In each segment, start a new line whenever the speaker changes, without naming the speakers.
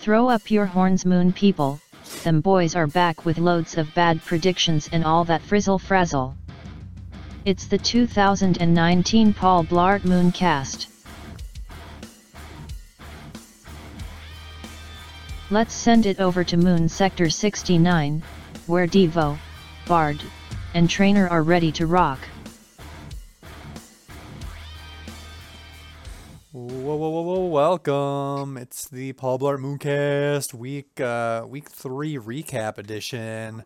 Throw up your horns moon people, them boys are back with loads of bad predictions and all that frizzle frazzle. It's the 2019 Paul Blart Mooncast. Let's send it over to Moon Sector 69, where Devo, Bard, and Trainer are ready to rock.
Whoa, whoa, whoa, whoa, welcome. It's the Paul Blart Mooncast week uh week 3 recap edition.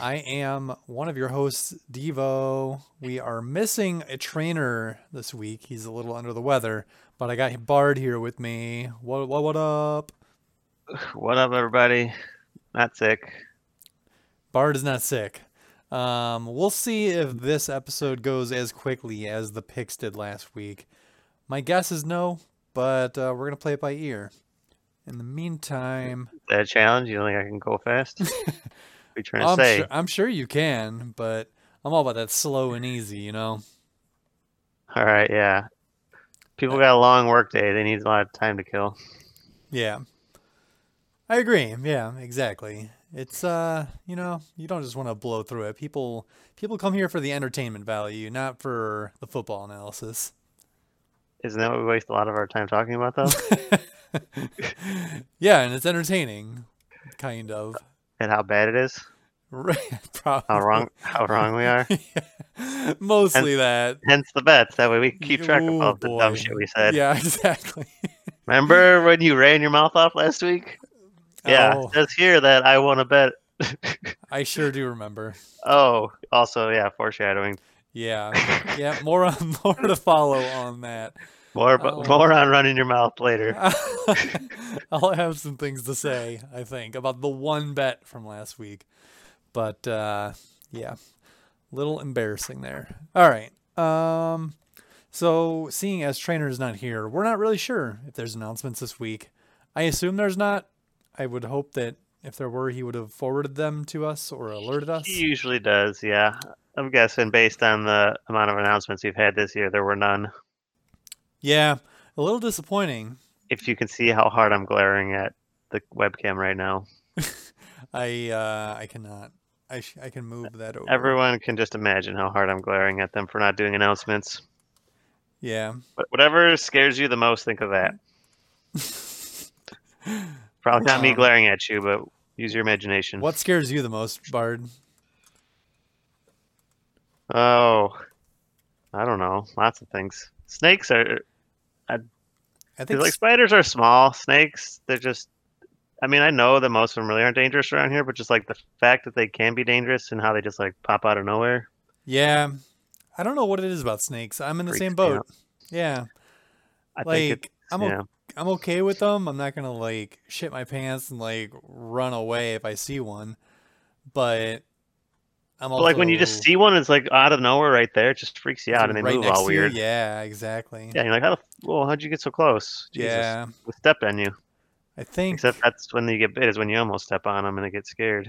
I am one of your hosts, Devo. We are missing a trainer this week. He's a little under the weather, but I got Bard here with me. What what what up?
What up, everybody? Not sick.
Bard is not sick. Um, we'll see if this episode goes as quickly as the picks did last week. My guess is no, but uh, we're gonna play it by ear. In the meantime,
Is that a challenge? You don't think I can go fast? what you trying to
I'm
say?
sure, I'm sure you can, but I'm all about that slow and easy, you know.
All right, yeah. People got a long work day. They need a lot of time to kill.
Yeah, I agree. Yeah, exactly. It's uh, you know, you don't just want to blow through it. People, people come here for the entertainment value, not for the football analysis.
Isn't that what we waste a lot of our time talking about, though?
yeah, and it's entertaining, kind of.
and how bad it is?
Right,
How
probably.
wrong? How wrong we are?
Mostly that.
Hence the bets. That way we can keep track of
Oh,
all the dumb
boy.
shit we said.
Yeah, exactly.
Remember when you ran your mouth off last week? Yeah.
Oh,
Just hear that. I want to bet.
I sure do remember.
oh, also, yeah, foreshadowing.
Yeah, yeah. More on more to follow on that.
More, bu-
Oh.
more on running your mouth later.
I'll have some things to say, I think, about the one bet from last week. But uh, yeah, little embarrassing there. All right. Um, so seeing as Trainer is not here, we're not really sure if there's announcements this week. I assume there's not. I would hope that if there were, he would have forwarded them to us or alerted us.
He usually does, yeah. I'm guessing based on the amount of announcements we've had this year, there were none.
Yeah, a little disappointing.
If you can see how hard I'm glaring at the webcam right now,
I uh, I cannot. I sh- I can move that over.
everyone can just imagine how hard I'm glaring at them for not doing announcements.
Yeah.
But whatever scares you the most, think of that. Probably not me
Um,
glaring at you, but use your imagination.
What scares you the most, Bard?
Oh, I don't know. Lots of things. Snakes are
I think
Because like
s-
spiders are small, snakes they're just. I mean, I know that most of them really aren't dangerous around here, but just like the fact that they can be dangerous and how they just like pop out of nowhere.
Yeah. I don't know what it is about snakes. I'm in the
Freaks
same
me
boat.
out.
Yeah.
I think
Like
it's,
I'm o-
yeah,
I'm okay with them. I'm not going to like shit my pants and like run away if I see one. But I'm
but
also
like when you just see one, it's like out of nowhere right there. It just freaks you out, and they
right
move
next
all
to you,
weird. Yeah,
Yeah, exactly.
you're like, how the f- well, how'd you get so close? Jesus,
Yeah,
we stepped on you.
I think
Except that's when you get bit is when you almost step on them and they get scared.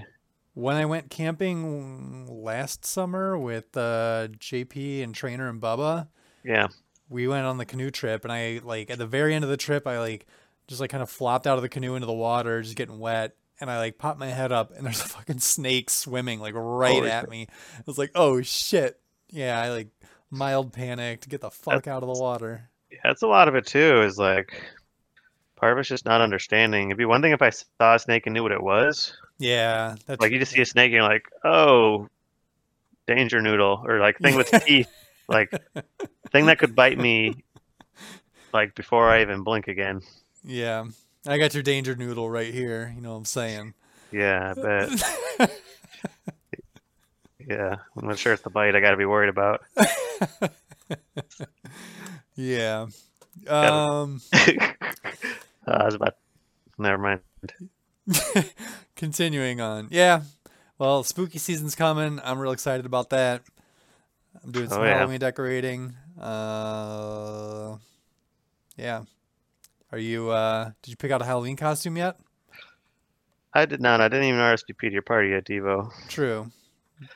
when I went camping last summer with uh, JP and Trainer and Bubba,
Yeah,
we went on the canoe trip and I like at the very end of the trip I like just like kind of flopped out of the canoe into the water just getting wet and I like popped my head up and there's a fucking snake swimming like right
Holy
at me. I was like, "Oh shit." Yeah, I like mild panicked, get the fuck out of the water.
Yeah, that's a lot of it too. Is like part of it's just not understanding. It'd be one thing if I saw a snake and knew what it was.
Yeah, that's
like you just see a snake and you're like, oh, danger noodle, or like thing with teeth, like thing that could bite me, like before I even blink again.
Yeah. I got your danger noodle right here, you know what I'm saying?
Yeah, I bet. Yeah, I'm not sure it's the bite I got to be worried about.
yeah. Um
Uh, I was about. Never mind.
continuing on. Yeah. Well, spooky season's coming. I'm real excited about that. I'm doing some
Oh, yeah.
Halloween decorating. Uh, yeah. Are you? Uh, did you pick out a Halloween costume yet?
I did not. I didn't even RSVP to your party yet, Devo.
True.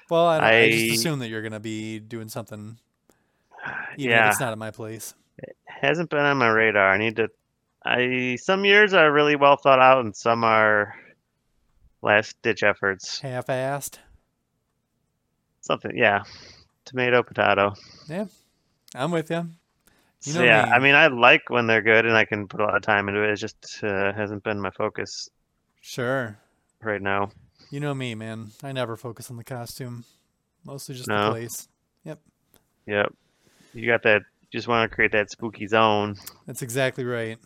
Well, I, I... I
I-
just assume that you're gonna be doing something. Even if
Yeah,
it's not at my place.
hasn't been on my radar. I need to. I some years are really well thought out, and some are last ditch efforts.
Half-assed.
Something, yeah. Tomato, potato.
I'm with you. You
So,
know
yeah,
me.
I mean, I like when they're good, and I can put a lot of time into it. It just uh, hasn't been my focus
Sure.
right now.
You know me, man. I never focus on the costume. Mostly just the
No.
place.
Yep. You got that. You just want to create that spooky zone.
That's exactly right.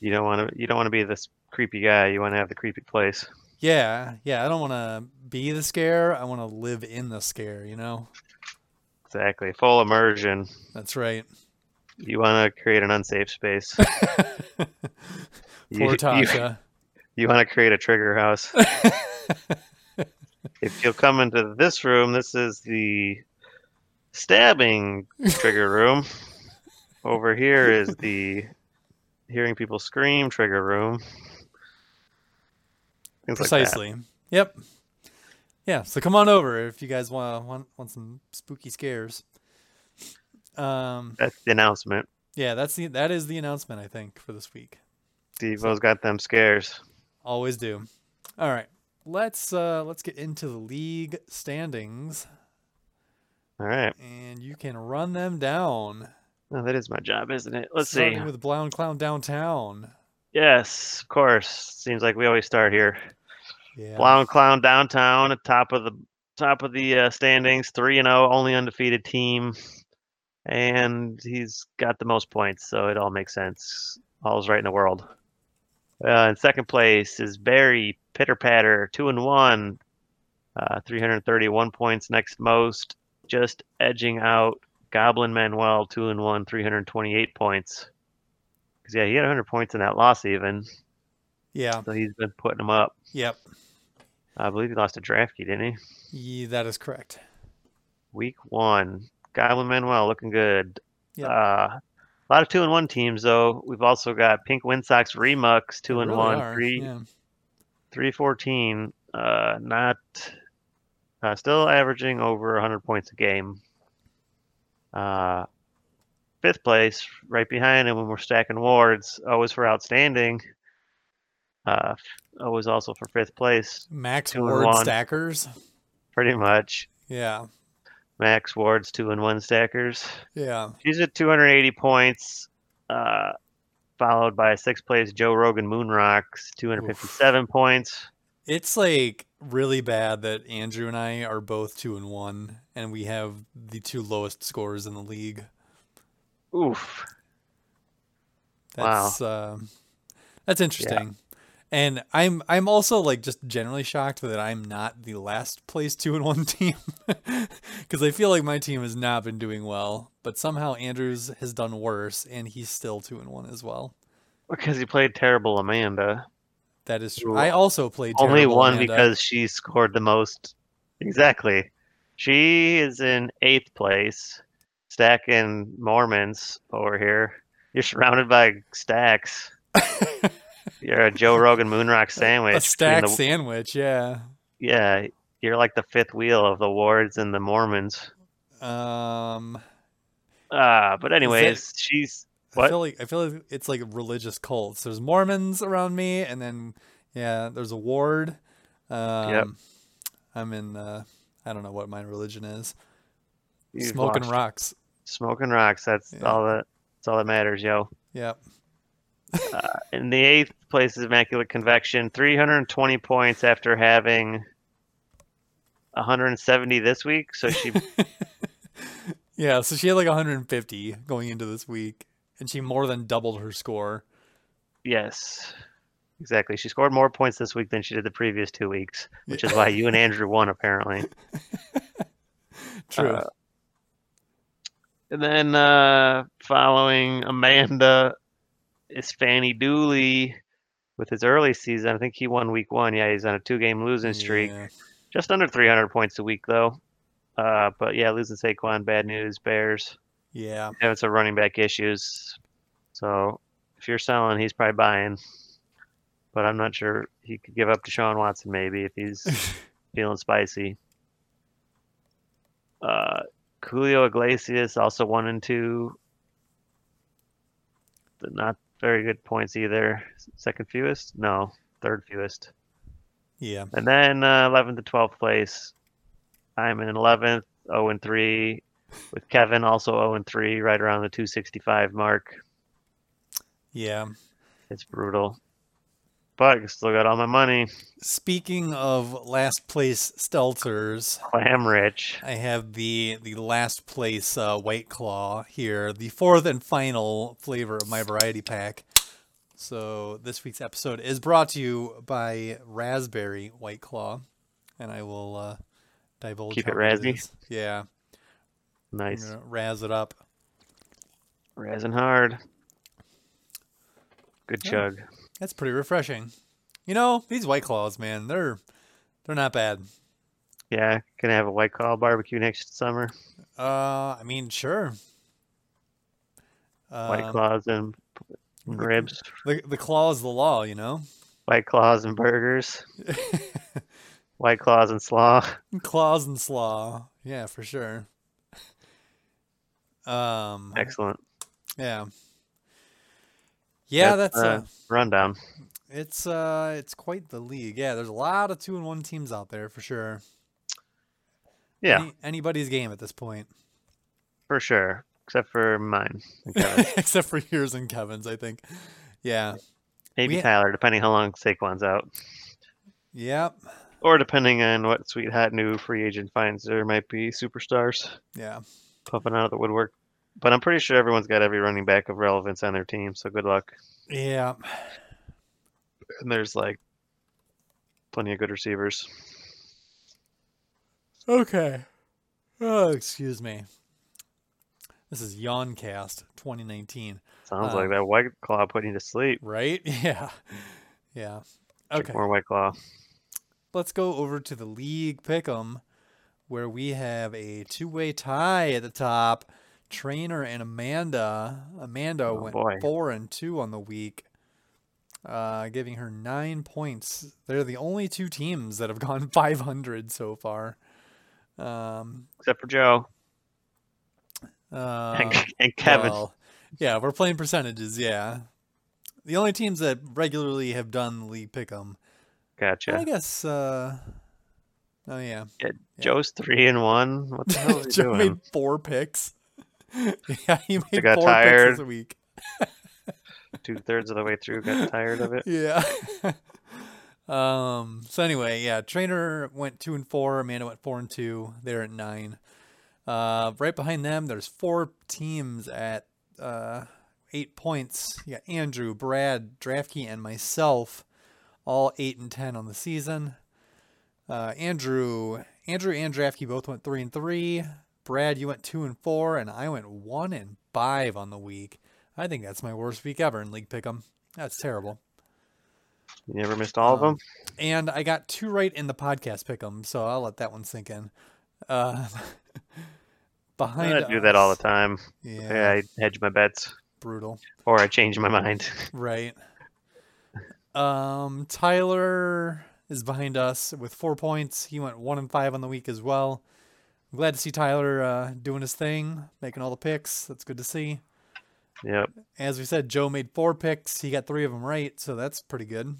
You don't want to. You don't want to be this creepy guy. You want to have the creepy place.
Yeah, yeah. I don't want to be the scare. I want to live in the scare, you know?
Exactly. Full immersion.
That's right.
You want to create an unsafe space.
Poor
You- you-
Tasha.
You want to create a trigger house. if you'll come into this room, this is the stabbing trigger room. Over here is the hearing people scream trigger room. Things Like
Precisely. Yep. Yeah, so come on over if you guys want want, want some spooky scares. Um
that. That's the announcement.
yeah, that's the that is the announcement I think for this week.
Devo's got them scares.
Always do. All right. Let's uh let's get into the league standings
All right.
and you can run them down.
Well, that is my job, isn't it? Let's see.
starting with Blown Clown Downtown.
Yes, of course. Seems like we always start here.
Yeah.
Clown Clown Downtown, at top of the top of the uh, standings, three and zero, only undefeated team, and he's got the most points, so it all makes sense. All's right in the world. Uh, in second place is Barry Pitter Patter, two and one, uh, 331 points, next most, just edging out Goblin Manuel, two and one, 328 points. 'Cause, yeah, he had 100 points in that loss even,
Yeah.
so he's been putting them up.
Yep.
I believe he lost a draft key, didn't he?
Ye- that is correct.
Week one, Goblin Manuel looking good.
Yep.
Uh, a lot of two and one teams though. We've also got Pink Windsox Remux two
They
and
really
one,
are,
three
yeah.
three fourteen. Uh, not uh, still averaging over hundred points a game. Uh, fifth place, right behind him when we're stacking wards. Always for outstanding. Uh, always also for fifth place,
Max
Two and
Ward
one.
stackers.
pretty much.
Yeah.
Max Ward's two and one stackers.
Yeah.
She's at 280 points, uh, followed by sixth place Joe Rogan Moonrocks, 257 points.
It's like really bad that Andrew and I are both two and one, and we have the two lowest scores in the league.
Oof. Wow.
That's uh, that's interesting. And I'm I'm also like just generally shocked that I'm not the last place two and one team because I feel like my team has not been doing well, but somehow Andrews has done worse and he's still two and one as well.
Because he played terrible Amanda.
That is true.
Ooh.
I also played
Only
terrible,
one
Amanda.
because she scored the most. Exactly. She is in eighth place, stacking Mormons over here. You're surrounded by stacks. You're a Joe Rogan Moonrock sandwich.
a
between
stack
the-
sandwich, yeah.
yeah, you're like the fifth wheel of the Wards and the Mormons.
Um,
Uh, but anyways, she's
I
What?
feel like I feel like it's like religious cults. There's Mormons around me, and then yeah, there's a ward. Um, I'm in. Uh, I don't know what my religion is.
you've
Smoking
lost.
rocks.
Smoking rocks. That's
Yeah.
all that. That's all that matters, yo.
Yep.
In the eighth place is Immaculate Convection, 320 points after having 170 this week. So she
Yeah. So she had like 150 going into this week, and she more than doubled her score.
Yes, exactly. She scored more points this week than she did the previous two weeks, which is why you and Andrew won, apparently.
True.
Uh, And then uh, following Amanda is Fanny Dooley with his early season. I think he won week one. Yeah, he's on a two game losing streak.
Yeah.
Just under 300 points a week, though. Uh, but yeah, losing Saquon, bad news, Bears.
yeah.
Having some running back issues. So if you're selling, he's probably buying. But I'm not sure he could give up to Sean Watson maybe if he's feeling spicy. Uh, Julio Iglesias also one and two. But Not very good points either. Second fewest? No, third fewest.
Yeah.
And then uh, 11th to 12th place. I'm in 11th, 0 and 3, with Kevin also 0 and 3, right around the 265 mark.
Yeah.
It's brutal. But I still got all my money.
Speaking of last place stelters,
Clam rich.
I have the the last place uh, White Claw here, the fourth and final flavor of my variety pack. So this week's episode is brought to you by Raspberry White Claw, and I will uh, divulge.
Keep
how
it
good
razzy.
is. Yeah, I'm
Nice.
gonna razz it up.
Razzing hard. Good
Yeah.
chug.
That's pretty refreshing. You know these White Claws, man, they're they're not bad.
Yeah, gonna have a White Claw barbecue next summer.
Uh, I mean, sure.
White
Um, mm.
Claws and p- ribs.
The the claw is the law, you know.
White Claws and burgers. White Claws and slaw.
Claws and slaw. Yeah, for sure. Um
Excellent.
yeah. Yeah,
That's,
that's uh,
Rundown.
it's uh it's quite the league. Yeah, there's a lot of two and one teams out there for sure.
Yeah,
Any- anybody's game at this point.
for sure. Except for mine. and Kevin's.
Except for yours and Kevin's, I think. Yeah.
Maybe
We-
Tyler, depending how long Saquon's out.
Yep.
Or depending on what sweet hot new free agent finds there might be superstars
Yeah.
puffing out of the woodwork. But I'm pretty sure everyone's got every running back of relevance on their team, so good luck.
Yeah.
And there's like plenty of good receivers.
Okay. Oh, excuse me. This is Yawncast 2019,
Sounds
Uh,
like that White Claw put you to sleep.
right? Yeah. Yeah.
Drink
Okay.
More White Claw.
Let's go over to the league pick'em, where we have a two-way tie at the top. Trainer and Amanda. Amanda
Oh,
went
boy.
four and two on the week, uh, giving her nine points. They're the only two teams that have gone 500 so far. Um,
Except for Joe
uh,
and, and Kevin.
Well, yeah, we're playing percentages. Yeah, the only teams that regularly have done league pick'em. Well, I
gotcha.
guess. Uh, oh yeah, yeah.
Joe's three and one. What the hell are you
Joe
doing?
made four picks. yeah, he made
got
four
tired.
picks this week.
Two thirds of the way through, got tired of it.
Yeah. um. So anyway, yeah, trainer went two and four. Amanda went four and two. They're at nine. Uh, right behind them, there's four teams at uh, eight points. You got Andrew, Brad, Draftkey, and myself, all eight and ten on the season. Uh, Andrew, Andrew and Draftkey both went three and three. Brad, you went two and four, and I went one and five on the week. I think that's my worst week ever in league pick'em. That's terrible.
You never missed all of
Um,
them.
And I got two right in the podcast pick'em, so I'll let that one sink in. Uh, behind
I do that all the
us-
time.
Yeah,
Yeah, I hedge my bets
brutal.
or I change my mind.
Right. Um, Tyler is behind us with four points. He went one and five on the week as well. I'm glad to see Tyler uh, doing his thing, making all the picks. That's good to see.
yep.
As we said, Joe made four picks. He got three of them right, so that's pretty good.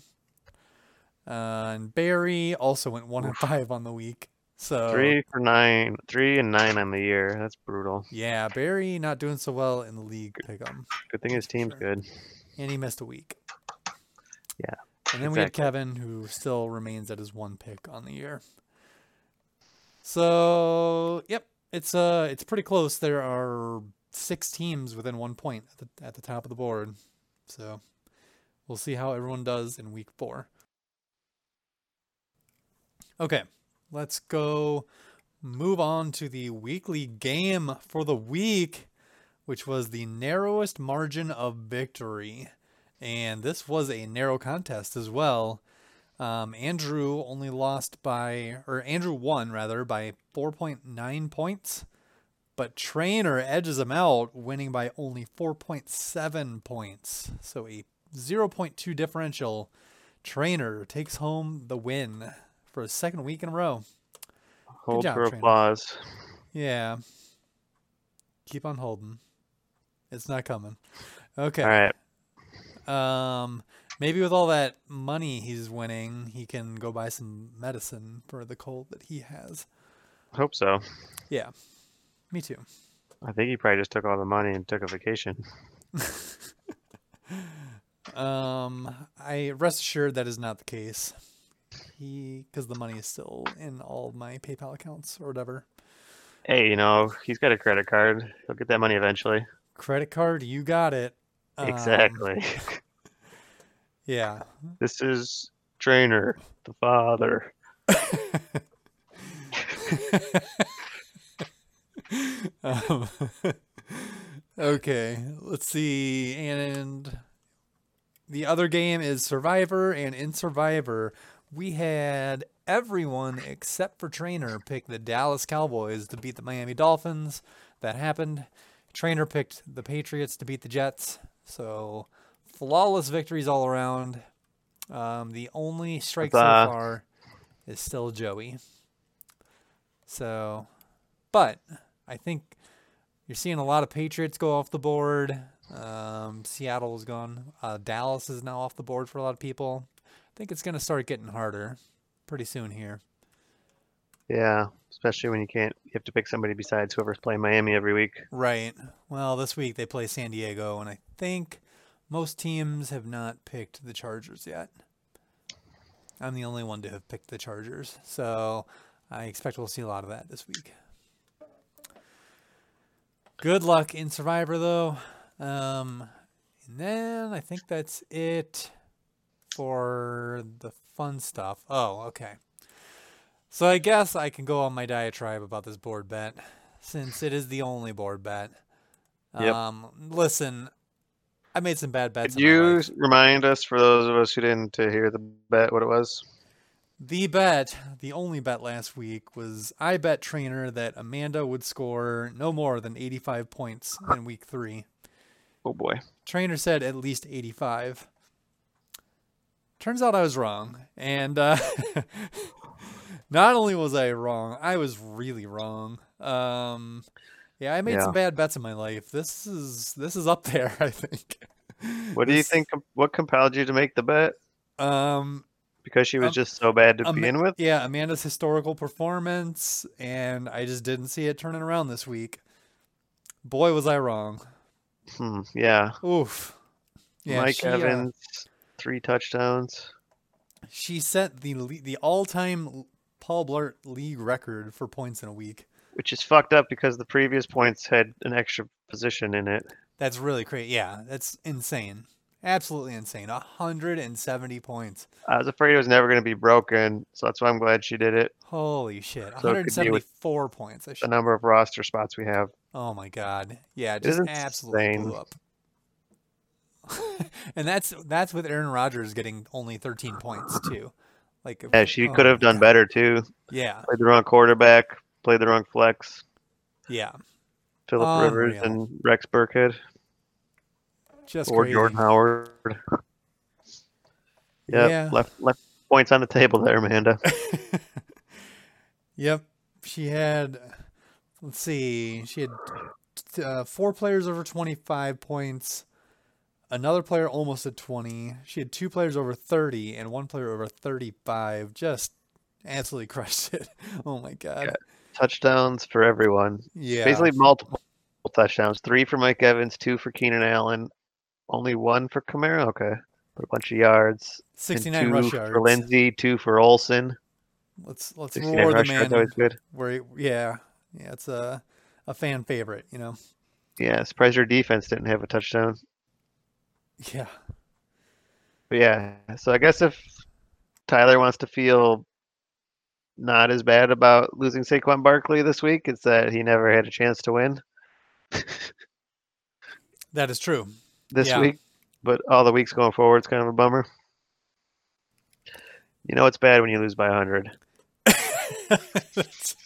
Uh, and Barry also went one and five on the week. So
Three for nine, three and nine on the year. That's brutal.
yeah, Barry not doing so well in the league pick'em,
Good thing his team's
Sure.
good.
and he missed a week.
Yeah,
And then we had Kevin, who still remains at his one pick on the year. So yep, it's uh, it's pretty close. There are six teams within one point at the at the top of the board. So we'll see how everyone does in week four. Okay, let's go move on to the weekly game for the week, which was the narrowest margin of victory. And this was a narrow contest as well. Um, Andrew only lost by, or Andrew won rather, by 4.9 points. But Trainer edges him out, winning by only 4.7 points. So a 0.2 differential. Trainer takes home the win for a second week in a row.
Hold
job,
for
Trainer.
applause.
Yeah. Keep on holding. It's not coming. Okay.
All right.
Um, maybe with all that money he's winning, he can go buy some medicine for the cold that he has.
Hope so.
Yeah, me too.
I think he probably just took all the money and took a vacation.
Um, I rest assured that is not the case. He, because the money is still in all of my PayPal accounts or whatever.
Hey, you know, he's got a credit card. He'll get that money eventually.
Credit card, you got it. Um,
exactly.
Yeah.
this is Trainer, the father.
um, okay, let's see. And the other game is Survivor, and in Survivor, we had everyone except for Trainer pick the Dallas Cowboys to beat the Miami Dolphins. That happened. Trainer picked the Patriots to beat the Jets. So flawless victories all around. Um, the only strike so
Huzzah.
far is still Joey. So, but I think you're seeing a lot of Patriots go off the board. Um, Seattle is gone. Uh, Dallas is now off the board for a lot of people. I think it's going to start getting harder pretty soon here.
Yeah, especially when you can't, you have to pick somebody besides whoever's playing Miami every week.
Right. Well, this week they play San Diego, and I think most teams have not picked the Chargers yet. I'm the only one to have picked the Chargers, so I expect we'll see a lot of that this week. Good luck in Survivor, though. Um, and then I think that's it for the fun stuff. Oh, okay. So I guess I can go on my diatribe about this board bet since it is the only board bet.
Yep.
Um, listen, I made some bad bets.
Could
in my
you
life.
remind us, for those of us who didn't to hear the bet, what it was?
The bet, the only bet last week was I bet trainer that Amanda would score no more than 85 points in week three.
Oh boy.
Trainer said at least 85. Turns out I was wrong. And uh, not only was I wrong, I was really wrong. Um, yeah, I made
Yeah.
some bad bets in my life. This is this is up there, I think.
What do you
This-
think? What compelled you to make the bet?
Um,
Because she was
Um,
just so bad to
Ama-
begin with.
Yeah, Amanda's historical performance, and I just didn't see it turning around this week. Boy, was I wrong.
Hmm, yeah.
Oof. Yeah,
Mike
she, uh,
Evans, three touchdowns.
she set the le- the all time Paul Blart league record for points in a week.
which is fucked up because the previous points had an extra position in it.
That's really crazy. Yeah, that's insane. Absolutely insane. 170 points.
I was afraid it was never going to be broken, so that's why I'm glad she did it.
Holy shit.
So it could be with
174 points. I
The
should,
number of roster spots we have.
oh my god. Yeah, just
Isn't
absolutely
insane.
blew up. and that's that's with Aaron Rodgers getting only 13 points too. Like if-
Yeah, she
oh
could have
my
done
God.
better too.
Yeah,
Played the wrong quarterback, played the wrong flex.
yeah,
Philip
Oh,
Rivers
Unreal.
and Rex Burkhead
just
or
crazy.
Jordan Howard. Yep,
Yeah.
left left points on the table there, Amanda.
Yep, she had. Let's see, she had t- uh, four players over 25 points. Another player almost at 20. She had two players over 30 and one player over 35. Just absolutely crushed it. Oh my god.
touchdowns for everyone.
Yeah.
Basically, multiple touchdowns. Three for Mike Evans, two for Keenan Allen, only one for Kamara. Okay, but a bunch of yards. and
69
two
rush
for
yards.
Lindsey, two for Olson.
Let's let's
69
reward the
rush yards,
man.
always good.
Where he- yeah, yeah, it's a a fan favorite, you know.
Yeah, surprised your defense didn't have a touchdown.
Yeah.
But yeah, so I guess if Tyler wants to feel not as bad about losing Saquon Barkley this week, it's that he never had a chance to win
That is true.
this
Yeah.
week. But all the weeks going forward, it's kind of a bummer. You know it's bad when you lose by 100.
That's-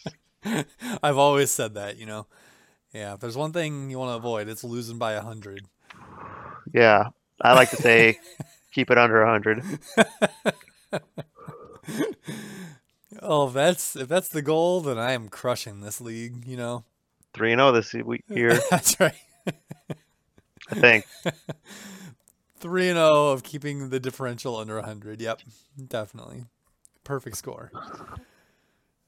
I've always said that, you know. Yeah, if there's one thing you want to avoid, it's losing by a hundred.
Yeah, I like to say keep it under 100.
Oh, if that's if that's the goal, then I am crushing this league, you know.
oh e-, 3 and 0 this week year,
that's right.
I think.
Three and zero of keeping the differential under hundred. Yep, definitely, perfect score.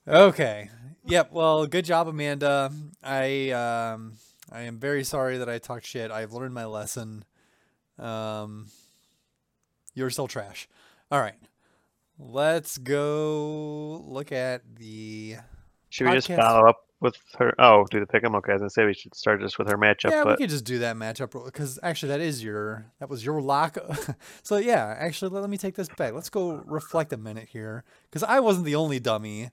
Okay. Yep. Well, good job, Amanda. I um, I am very sorry that I talked shit. I've learned my lesson. Um, you're still trash. All right. Let's go look at the.
Should we just
Podcast.
follow up with her? Oh, do the pick 'em? Okay, I was gonna say we should start just with her matchup,
yeah, we
but
could just do that matchup because actually that is your that was your lock. so yeah, actually let, let me take this back. Let's go reflect a minute here because I wasn't the only dummy.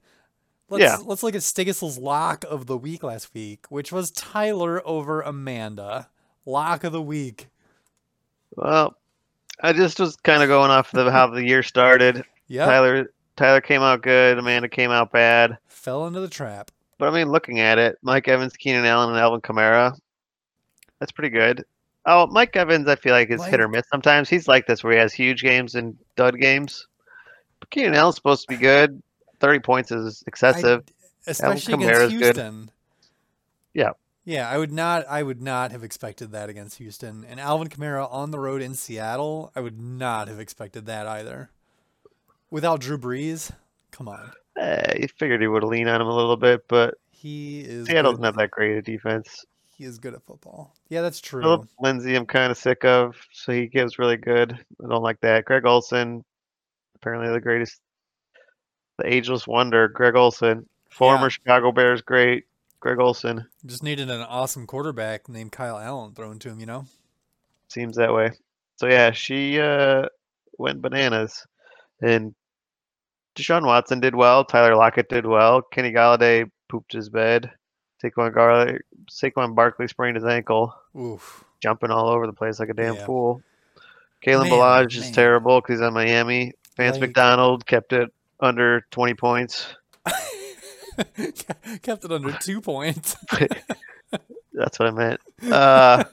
Let's,
Yeah.
Let's look at Stigissel's lock of the week last week, which was Tyler over Amanda. Lock of the week.
well, I just was kind of going off the how the year started.
Yep.
Tyler Tyler came out good. Amanda came out bad.
Fell into the trap.
But I mean, looking at it, Mike Evans, Keenan Allen, and Alvin Kamara, that's pretty good. Oh, Mike Evans, I feel like is hit or miss sometimes. He's like this where he has huge games and dud games. But Keenan Allen's supposed to be good. Thirty points is
I-
excessive.
especially
Kamara's
against
good.
Houston.
Yeah.
Yeah, I would not I would not have expected that against Houston. And Alvin Kamara on the road in Seattle, I would not have expected that either. Without Drew Brees, come on.
Eh, you figured he would lean on him a little bit, but
He is
Seattle's
good.
not that great a defense.
he is good at football. Yeah, that's true.
Philip Lindsay, I'm kind of sick of, so he gives really good. I don't like that. Greg Olson, apparently the greatest, the ageless wonder. Greg Olson, former
Yeah.
Chicago Bears great. Greg Olson
Just needed an awesome quarterback named Kyle Allen thrown to him, you know?
seems that way. So yeah, she uh, went bananas, and Deshaun Watson did well. Tyler Lockett did well. Kenny Galladay pooped his bed. Saquon Garley, Saquon Barkley sprained his ankle.
Oof.
jumping all over the place like a damn
Yeah.
fool. Kalen
Man,
Balaj is
man.
terrible because he's on Miami. Vance
Like-
McDonald kept it under 20 points.
Kept it under two points.
That's what I meant. Uh,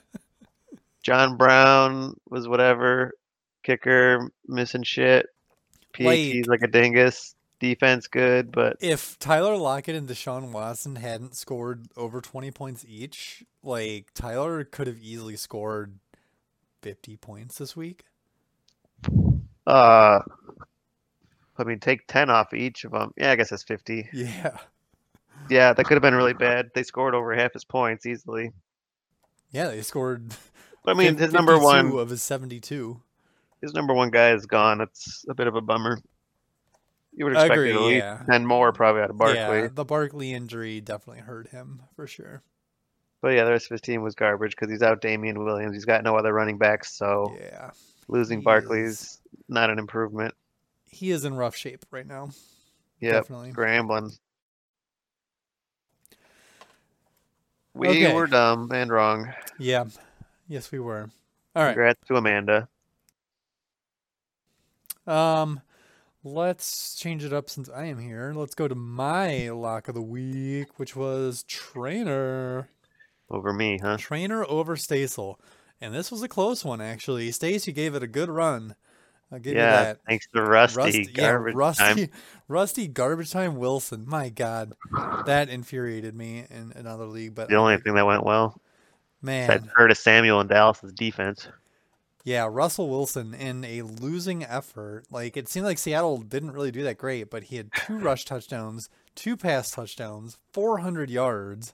John Brown was whatever. Kicker missing shit. PAT's like a dingus. Defense good, but
if Tyler Lockett and Deshaun Watson hadn't scored over 20 points each, like Tyler could have easily scored 50 points this week.
uh, I mean, take 10 off each of them. Yeah, I guess that's 50.
Yeah.
Yeah, that could have been really bad. They scored over half his points easily.
Yeah, they scored
But I mean,
fif-
his number
52
one
of his 72.
his number one guy is gone. It's a bit of a bummer. You would expect
Agree,
at least
yeah.
ten more probably out of Barkley.
Yeah, the Barkley injury definitely hurt him for sure.
But yeah, the rest of his team was garbage because he's out Damian Williams. He's got no other running backs, so
Yeah.
losing
he
Barkley's not an improvement.
He is in rough shape right now.
Yeah,
Definitely.
scrambling. We
Okay.
were dumb and wrong.
Yeah. Yes, we were. All right.
Congrats to Amanda.
Um, let's change it up since I am here. Let's go to my lock of the week, which was trainer.
Over me, huh?
Trainer over Stasel. And this was a close one, actually. Stace, you gave it a good run. I'll give you
Yeah,
that.
thanks to Rusty.
Rusty, yeah,
garbage
Rusty,
time.
Rusty, garbage time Wilson. My God, that infuriated me in another league. But
The only thing that went well. That
man,
Curtis Samuel and Dallas's defense.
yeah, Russell Wilson in a losing effort. Like it seemed like Seattle didn't really do that great, but he had two rush touchdowns, two pass touchdowns, 400 yards,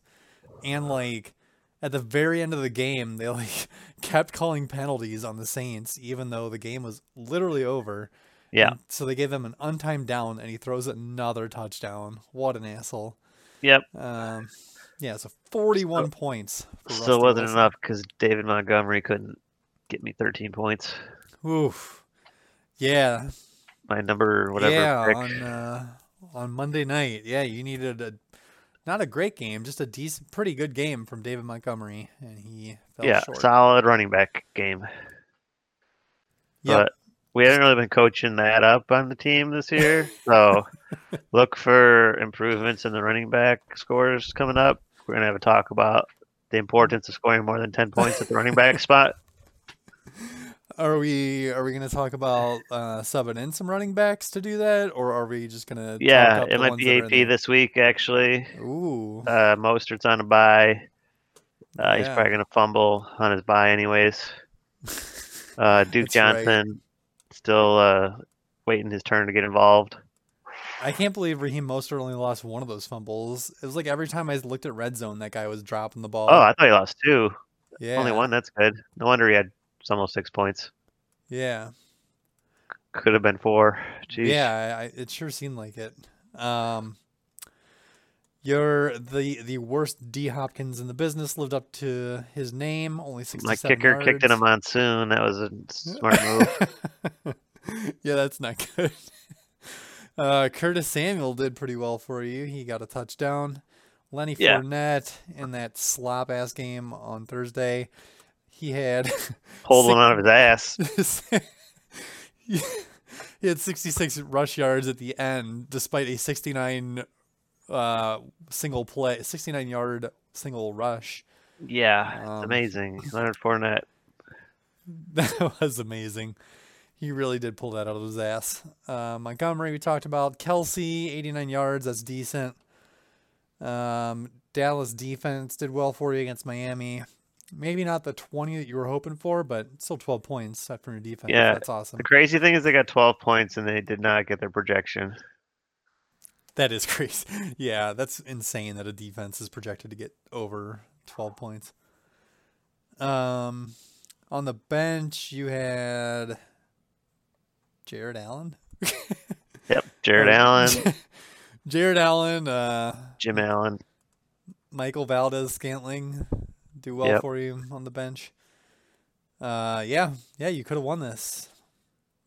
and like at the very end of the game, they like kept calling penalties on the Saints, even though the game was literally over.
Yeah.
And so they gave him an untimed down, and he throws another touchdown. What an asshole.
Yep.
Um, yeah, so 41 points. for
Still
Russell
wasn't
Wilson.
enough because David Montgomery couldn't get me 13 points.
Oof. Yeah.
My number, whatever.
yeah,
pick.
on uh, on Monday night. Yeah, you needed a not a great game, just a decent, pretty good game from David Montgomery, and he fell
yeah,
short.
solid running back game.
Yep.
But we haven't really been coaching that up on the team this year. so look for improvements in the running back scores coming up. We're going to have a talk about the importance of scoring more than 10 points at the running back spot.
Are we are we gonna talk about uh, subbing in some running backs to do that, or are we just gonna? talk
Yeah,
up
it
the
might
ones
be
that are in
AP
there?
this week, actually.
Ooh,
Uh, Mostert's on a bye. Uh, He's
yeah.
probably going to fumble on his bye, anyways. Uh, Duke
That's right.
Johnson still uh, waiting his turn to get involved.
I can't believe Raheem Mostert only lost one of those fumbles. It was like every time I looked at red zone, that guy was dropping the ball.
Oh, I thought he lost two.
yeah,
Only one. That's good. No wonder he had almost six points.
Yeah,
Could have been four. Jeez.
yeah. I, I- it sure seemed like it. Um, you're the the worst D Hopkins in the business. Lived up to his name. Only
My
sixty-seven
kicker kicked in a
yards.
monsoon. That was a smart move.
yeah, that's not good. Uh, Curtis Samuel did pretty well for you. He got a touchdown. Lenny
Yeah.
Fournette in that slop ass game on Thursday, he had
Pulled one out of his ass.
he had 66 rush yards at the end, despite a 69 uh, single play, 69 yard single rush.
Yeah,
Um,
it's amazing. Leonard Fournette.
That was amazing. He really did pull that out of his ass. Uh, Montgomery, we talked about. Kelsey, 89 yards. That's decent. Um, Dallas defense did well for you against Miami. Maybe not the 20 that you were hoping for, but still 12 points from your defense.
Yeah,
That's awesome.
The crazy thing is they got 12 points and they did not get their projection.
That is crazy. Yeah, that's insane that a defense is projected to get over 12 points. Um, on the bench, you had Jared Allen.
Yep. Jared
Or-
Allen,
Jared Allen, uh,
Jim Allen.
Michael Valdez Scantling do well
Yep.
for you on the bench. Uh, yeah, yeah, you could have won this.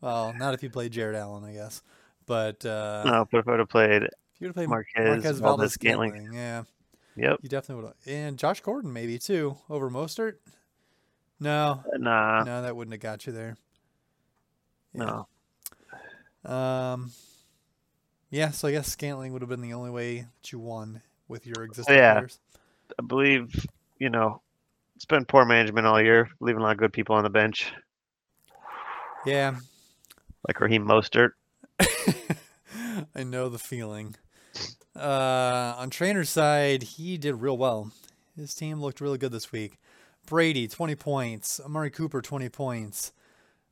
Well, not if you played Jared Allen, I guess. But uh,
No, but if I would have played,
if you would have played
Marquez, Valdez Scantling.
Scantling, yeah.
yep.
You definitely would. have And Josh Gordon maybe too over Mostert. No,
Nah,
no, that wouldn't have got you there.
no.
Um, yeah. So I guess Scantling would have been the only way that you won with your existing
yeah.
players.
I believe, you know, it's been poor management all year, leaving a lot of good people on the bench,
Yeah,
like Raheem Mostert.
I know the feeling. Uh, on trainer's side, he did real well. His team looked really good this week. Brady, 20 points. Amari Cooper, 20 points.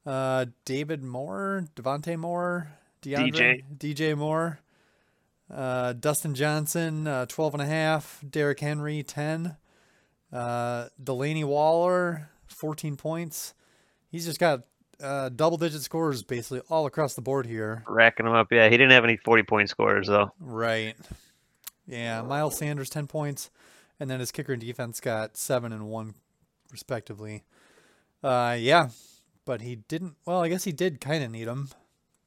Uh, David Moore, Devontae Moore, DeAndre, DJ, Moore, uh, Dustin Johnson, uh, 12 and a half. Derrick Henry, 10. Uh, Delaney Waller, 14 points. He's just got uh, double digit scores basically all across the board here.
Racking him up. Yeah, he didn't have any 40 point scorers, though.
Right. Yeah, Miles Sanders ten points, and then his kicker and defense got seven and one, respectively. Uh, yeah, but he didn't. Well, I guess he did kind of need him.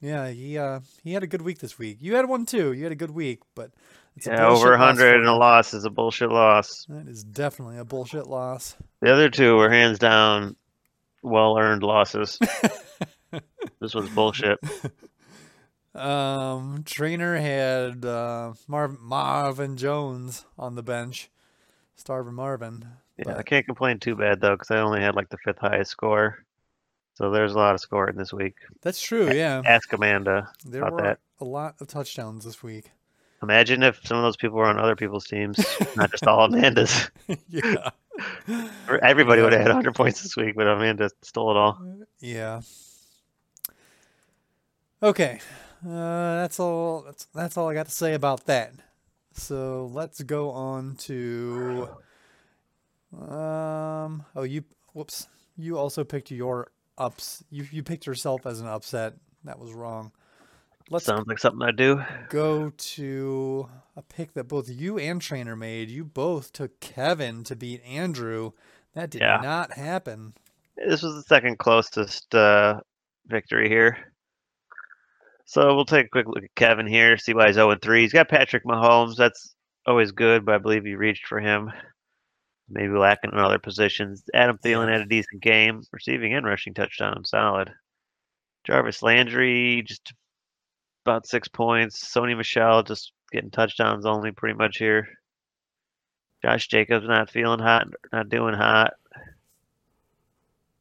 Yeah, he uh he had a good week this week. You had one too. You had a good week, but it's
Yeah, over
bullshit loss
100 and
for
a loss is a bullshit loss.
you. That is definitely a bullshit loss.
The other two were hands down well earned losses. this was bullshit.
Um, trainer had uh, Marv- Marvin Jones on the bench, starving Marvin.
Yeah, I
but-
can't complain too bad though, because I only had like the fifth highest score. So there's a lot of scoring this week.
That's true. Yeah,
Ask Amanda.
There
About
were
that.
a lot of touchdowns this week.
Imagine if some of those people were on other people's teams, not just all Amanda's.
yeah.
Or Everybody
Yeah.
would have had 100 points this week, but Amanda stole it all.
Yeah. Okay. Uh, that's all that's that's all I got to say about that. So let's go on to um oh you whoops. You also picked your ups. You you picked yourself as an upset. That was wrong. Let's
Sounds like something I do.
go to a pick that both you and Trainer made. You both took Kevin to beat Andrew. That did
Yeah.
not happen.
This was the second closest uh, victory here. So we'll take a quick look at Kevin here, see why he's 0 3. He's got Patrick Mahomes. That's always good, but I believe he reached for him. Maybe lacking in other positions. Adam Thielen had a decent game, receiving and rushing touchdown. Solid. Jarvis Landry, just about six points. Sony Michelle, just getting touchdowns only pretty much here. Josh Jacobs not feeling hot, not doing hot.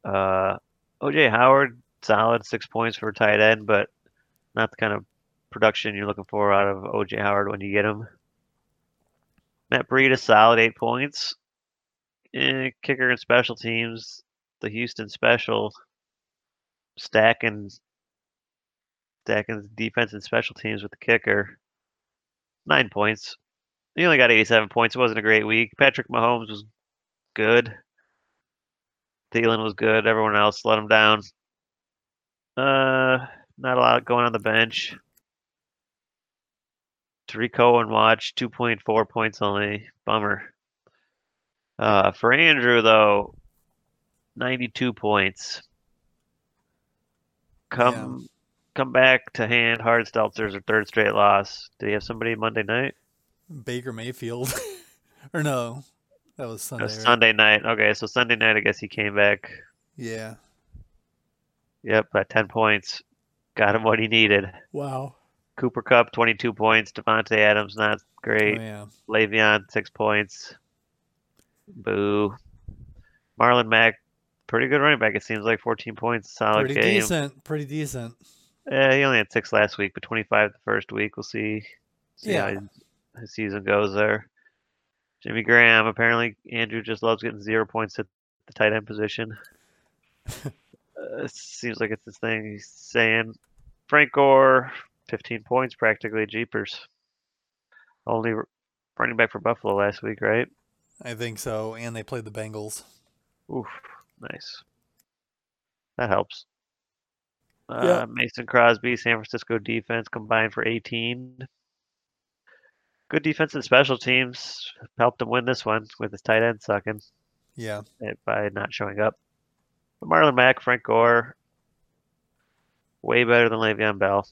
Uh, OJ Howard, solid six points for a tight end, but not the kind of production you're looking for out of OJ Howard when you get him. Matt Breed, a solid eight points. Eh, And kicker and special teams, the Houston special stacking stacking the defense and special teams with the kicker. Nine points. He only got 87 points. It wasn't a great week. Patrick Mahomes was good. Thielen was good. Everyone else let him down. Uh, not a lot going on the bench. Tariq Cohen watch 2.4 points only. Bummer. Uh, for Andrew though, 92 points. Come come back to hand. Hard Stelter's a third straight loss. Did he have somebody Monday night?
Baker Mayfield, or no, that was Sunday.
No,
right?
Sunday night. Okay, so Sunday night, I guess he came back.
Yeah.
Yep, at 10 points. Got him what he needed.
Wow.
Cooper Cup, 22 points. Devontae Adams, not
Oh,
great.
yeah.
Le'Veon, six points. Boo. Marlon Mack, pretty good running back, it seems like. 14 points, solid
Pretty
game.
decent. Pretty decent.
Yeah, Eh, he only had six last week, but 25 the first week. We'll see. See how
Yeah.
his, his season goes there. Jimmy Graham. Apparently, Andrew just loves getting zero points at the tight end position. uh, it seems like it's this thing he's saying. Frank Gore, 15 points practically. Jeepers. Only r- running back for Buffalo last week, right?
I think so. And they played the Bengals.
Oof, nice. That helps.
Yeah.
Uh, Mason Crosby, San Francisco defense combined for 18. Good defense and special teams helped him win this one with his tight end sucking
Yeah.
eh, by not showing up. But Marlon Mack, Frank Gore, way better than Le'Veon Bell.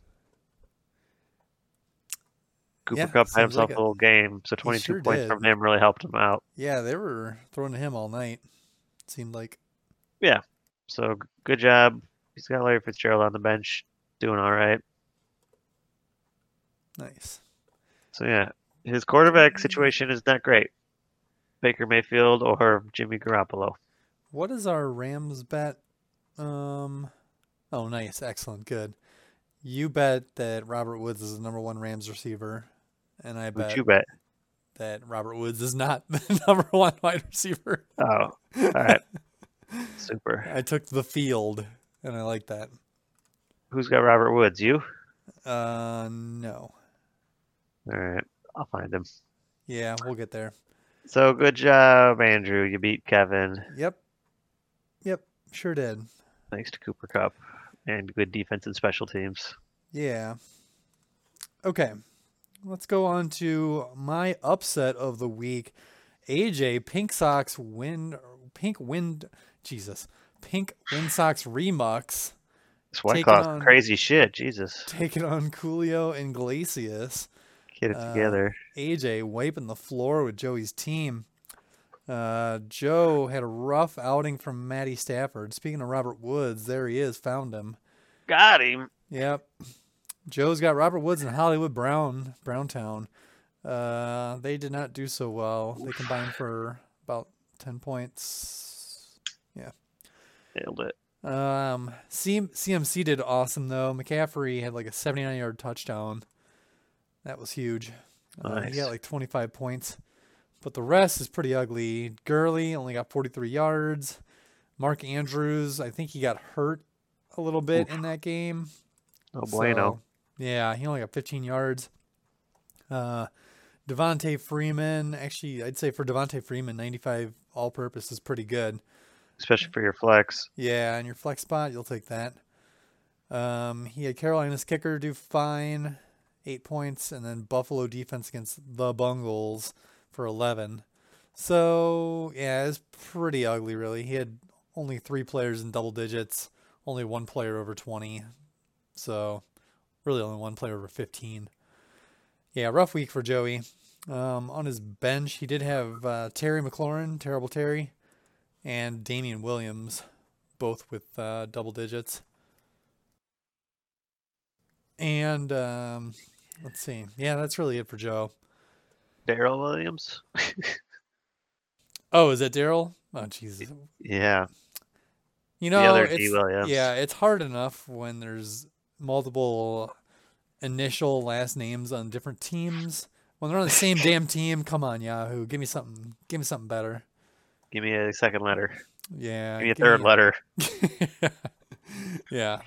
Cooper
Yeah,
Cup had
sounds like
himself
it.
a little game, so 22
sure
points
did.
from him really helped him out.
Yeah. They were throwing to him all night. Seemed like.
So g- good job. He's got Larry Fitzgerald on the bench, doing all right.
Nice.
So yeah, his
Mm-hmm.
quarterback situation is not great. Baker Mayfield or Jimmy Garoppolo.
What is our Rams bet? Um, oh, nice, excellent, good. You bet that Robert Woods is the number one Rams receiver, and I
Would
bet
you bet?
that Robert Woods is not the number one wide receiver.
Oh, all right, super.
I took the field, and I like that.
Who's got Robert Woods? You?
Uh, no,
All right, I'll find him.
yeah, we'll get there.
So good job, Andrew. You beat Kevin
Yep, yep, sure did.
thanks to Cooper Cup and good defense and special teams.
Yeah. Okay. Let's go on to my upset of the week. AJ Pink Sox win Pink Wind Jesus. Pink Wind Sox Remux
Sweat
Taking
cloth,
on-
crazy shit. Jesus,
taking on Coolio and Glacius.
get it
Uh,
together.
AJ wiping the floor with Joey's team. Uh, Joe had a rough outing from Matty Stafford. Speaking of Robert Woods, there he is, found him.
Got him.
Yep. Joe's got Robert Woods and Hollywood Brown, Browntown. Uh, they did not do so well. They combined for about 10 points.
Nailed it.
Um, C- CMC did awesome, though. McCaffrey had like a 79 yard touchdown. That was huge. Uh, he
Nice.
got like 25 points. But the rest is pretty ugly. Gurley only got 43 yards. Mark Andrews, I think he got hurt a little bit in that game.
No Oh, bueno.
So, yeah, he only got 15 yards. Uh, Devontae Freeman, actually, I'd say for Devontae Freeman, 95 all purpose is pretty good.
Especially for your flex.
Yeah, and your flex spot, you'll take that. Um, he had Carolina's kicker do fine, eight points, and then Buffalo defense against the Bungles for 11. So, yeah, it's pretty ugly, really. He had only three players in double digits, only one player over 20. So, really, only one player over 15. Yeah, rough week for Joey. Um, on his bench, he did have uh, Terry McLaurin, terrible Terry, and Damian Williams both with uh, double digits. And um, let's see. Yeah, that's really it for Joe.
Daryl Williams.
Oh, is that Daryl? Oh, Jesus.
Yeah.
You know,
the other
it's,
D Williams.
yeah, it's hard enough when there's multiple initial last names on different teams. When they're on the same damn team, come on, Yahoo, give me something. Give me something better.
Give me a second letter.
Yeah.
Give me a third letter.
letter. yeah.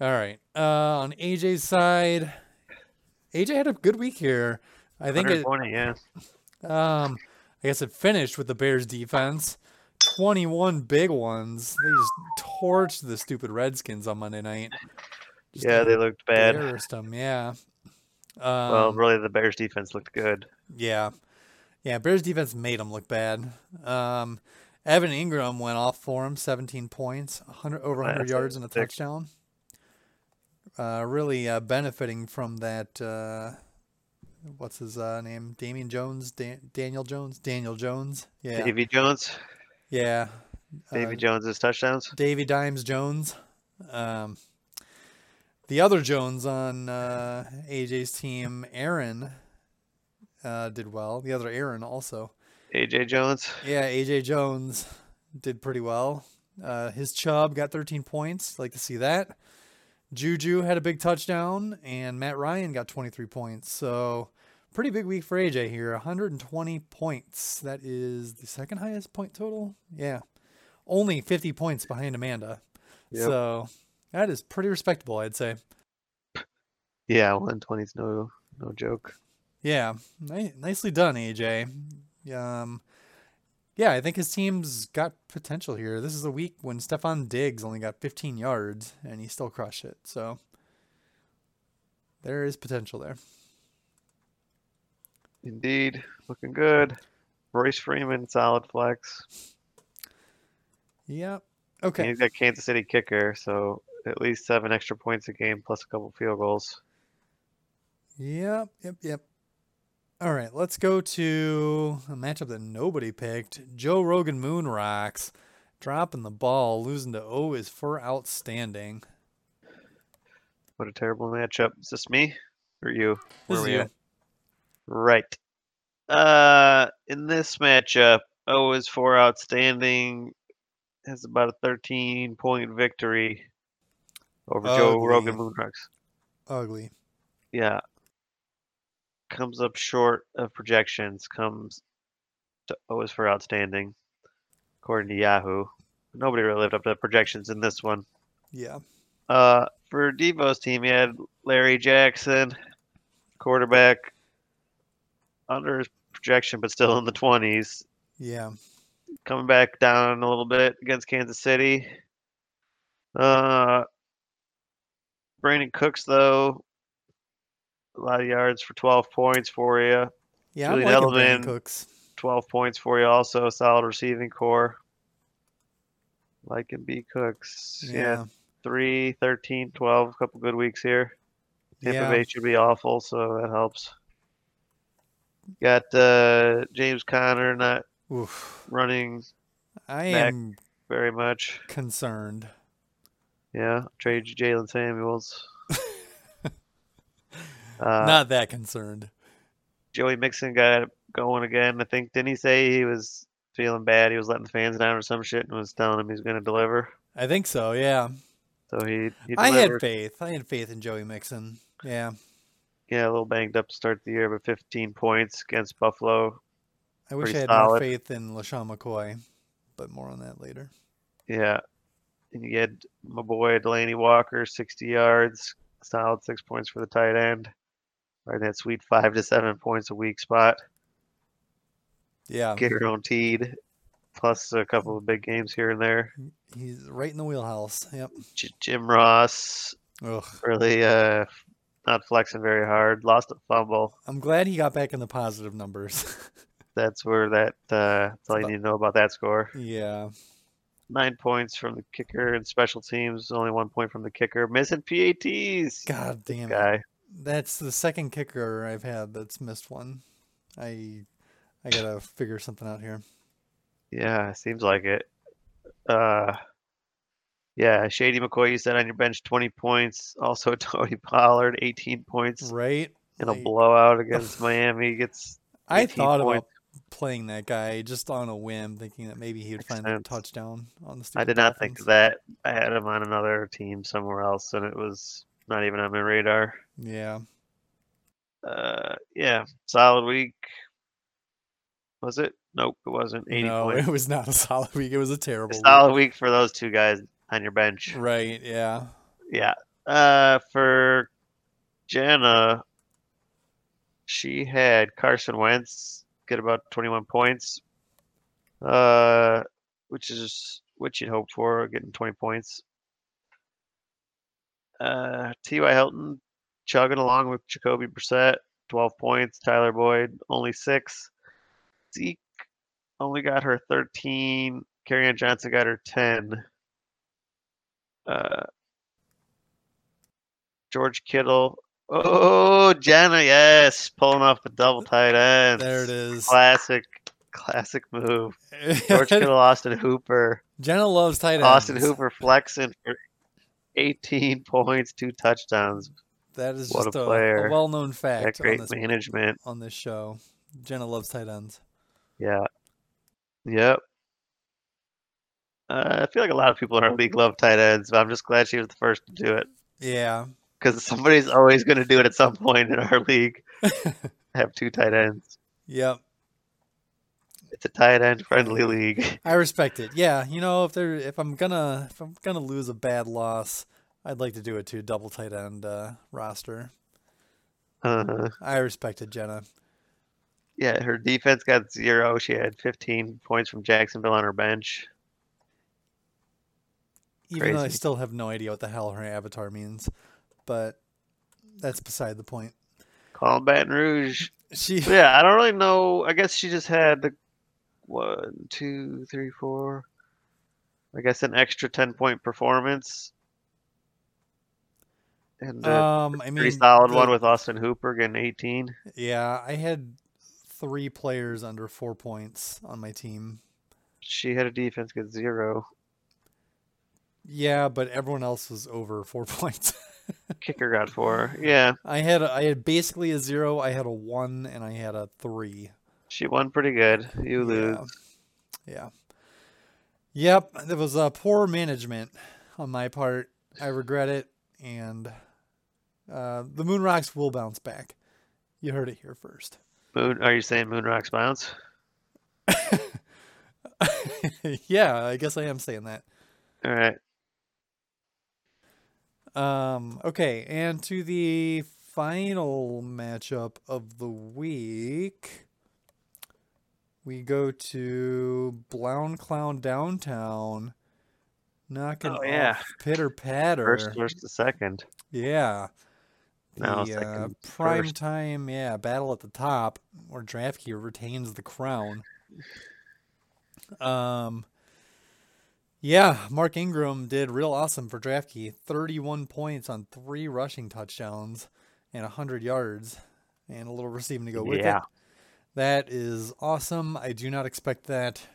All right. Uh, on AJ's side, AJ had a good week here. I think it,
120, yeah.
um, I guess it finished with the Bears defense. 21 big ones. They just torched the stupid Redskins on Monday night. Just
Yeah, they looked bad.
Embarrassed them, yeah. Um,
well, really, the Bears defense looked good.
yeah. Yeah, Bears defense made them look bad. Um, Evan Ingram went off for him, 17 points, 100, over 100
That's
yards and a
sick.
touchdown. Uh, really uh, benefiting from that. Uh, what's his uh, name? Damian Jones? Dan- Daniel Jones? Daniel Jones? Yeah. Uh,
Davy Jones,
Yeah.
Davy Jones's touchdowns.
Davy Dimes Jones. Um, the other Jones on uh, AJ's team, Aaron, uh, did well. The other Aaron also.
AJ Jones.
Yeah, AJ Jones did pretty well. Uh, his Chubb got 13 points. Like to see that. Juju had a big touchdown, and Matt Ryan got 23 points. So, pretty big week for AJ here 120 points. That is the second highest point total. Yeah. Only 50 points behind Amanda.
Yep.
So, that is pretty respectable, I'd say.
Yeah, 120's no no joke.
Yeah, ni- nicely done, AJ. Um, yeah, I think his team's got potential here. This is a week when Stefan Diggs only got 15 yards and he still crushed it. So there is potential there.
Indeed, looking good. Royce Freeman, solid flex.
Yep.
And
Okay.
He's got Kansas City kicker, so at least seven extra points a game plus a couple field goals.
Yep. Yep. Yep. All right. Let's go to a matchup that nobody picked. Joe Rogan Moon rocks, dropping the ball, losing to O is for outstanding.
What a terrible matchup. Is this me or you?
This
Where
is
we
you.
at? Right. Uh, in this matchup, O is four outstanding has about a 13 point victory over
Oh,
Joe Rogan
Ugly.
Moonrocks.
Ugly.
Yeah. Comes up short of projections, comes to O is for outstanding, according to Yahoo. Nobody really lived up to the projections in this one.
Yeah.
Uh, for Devo's team, he had Larry Jackson, quarterback, under his projection, but still in the 20s.
Yeah.
Coming back down a little bit against Kansas City. Uh, Brandon Cooks, though, a lot of yards for 12 points for you.
Yeah. I'm liking
Julian
Brandon
Edelman.
Cooks.
12 points for you, also. Solid receiving core. Like and B. Cooks. yeah. Three, thirteen, twelve. a couple good weeks here. Tampa
Yeah.
Bay should be awful, so that helps. Got uh, James Conner not
Oof.
running
I
Back.
am
very much.
concerned.
Yeah, trade Jalen Samuels. uh,
Not that concerned.
Joey Mixon got going again. I think didn't he say he was feeling bad? He was letting the fans down or some shit, and was telling him he's going to deliver.
I think so, yeah.
So he, he
I had
delivered.
faith. I had faith in Joey Mixon. Yeah.
yeah a little banged up to start the year, but 15 points against Buffalo.
I wish
Pretty
I had more
solid.
faith in LaShawn McCoy, but more on that later.
Yeah. And you had my boy Delaney Walker, 60 yards, solid six points for the tight end. Right in that sweet five to seven points a week spot.
Yeah.
Guaranteed. Plus a couple of big games here and there.
He's right in the wheelhouse. Yep.
J- Jim Ross
Ugh.
really uh, not flexing very hard. Lost a fumble.
I'm glad he got back in the positive numbers.
That's where that. Uh, that's all you
about-
need to know about that score.
yeah.
Nine points from the kicker and special teams. Only one point from the kicker. Missing PATs.
God damn it.
Guy.
That's the second kicker I've had that's missed one. I I gotta figure something out here.
Yeah, seems like it. Uh, yeah, Shady McCoy, you said on your bench, 20 points. Also, Tony Pollard, 18 points
Right?
in a
Like-
blowout against Miami. Gets
I
18
thought
points.
about playing that guy just on a whim, thinking that maybe he would
Makes
find a
sense.
touchdown on the.
I
stupid
did not think
Dolphins.
of that. I had him on another team somewhere else, and it was not even on my radar.
Yeah,
Uh, yeah, solid week. Was it? Nope, it wasn't. 80
no,
points.
it was not a solid week. It was a
A
terrible. Week.
solid week for those two guys. on your bench.
Right. Yeah.
Yeah. Uh, for Jenna, she had Carson Wentz get about 21 points, uh, which is what you'd hope for, getting 20 points. Uh, T.Y. Hilton chugging along with Jacoby Brissett, 12 points. Tyler Boyd, only six. Zeke only got her 13. Carrion Johnson got her 10. Uh, George Kittle. Oh, Jenna, yes, pulling off the double tight end.
There it is.
Classic, classic move. George Kittle, Austin Hooper.
Jenna loves tight ends.
Austin Hooper flexing for 18 points, two touchdowns.
That is
what
just
a
a,
player.
well known
That
fact on
great
this,
management.
on this show. Jenna loves tight ends.
Yeah. Yep. Uh, I feel like a lot of people in our league love tight ends, but I'm just glad she was the first to do it
Yeah.
because somebody's always going to do it at some point in our league. Have two tight ends.
Yep.
It's a tight end friendly league.
I respect it. Yeah, you know, if they're if I'm gonna if I'm gonna lose a bad loss, I'd like to do it to a double tight end uh, roster.
Uh,
I respect it, Jenna.
yeah, her defense got zero. She had 15 points from Jacksonville on her bench.
Even though I
Crazy.
still have no idea what the hell her avatar means, but that's beside the point.
Colin Baton Rouge
She
So, yeah, I don't really know. I guess she just had the one, two, three, four. I guess an extra ten point performance. And a
um I mean
pretty solid
the-
one with Austin Hooper getting eighteen.
Yeah, I had three players under four points on my team.
She had a defense get zero.
Yeah, but everyone else was over four points.
Kicker got four. Yeah.
I had a, I had basically a zero, I had a one, and I had a three.
She won pretty good. You lose.
Yeah. yeah. Yep, that was uh, poor management on my part. I regret it, and uh, the Moon Rocks will bounce back. You heard it here first.
Moon are you saying Moon Rocks bounce?
yeah, I guess I am saying that.
All right.
Um, okay, and to the final matchup of the week, we go to Blown Clown Downtown, knocking
Oh, yeah.
off Pitter Patter.
First versus the second.
Yeah.
No,
the uh,
second to
prime
first.
time, yeah, battle at the top where DraftKings retains the crown. Um, yeah, Mark Ingram did real awesome for DraftKings. 31 points on three rushing touchdowns and 100 yards and a little receiving to go with
Yeah.
it. That is awesome. I do not expect that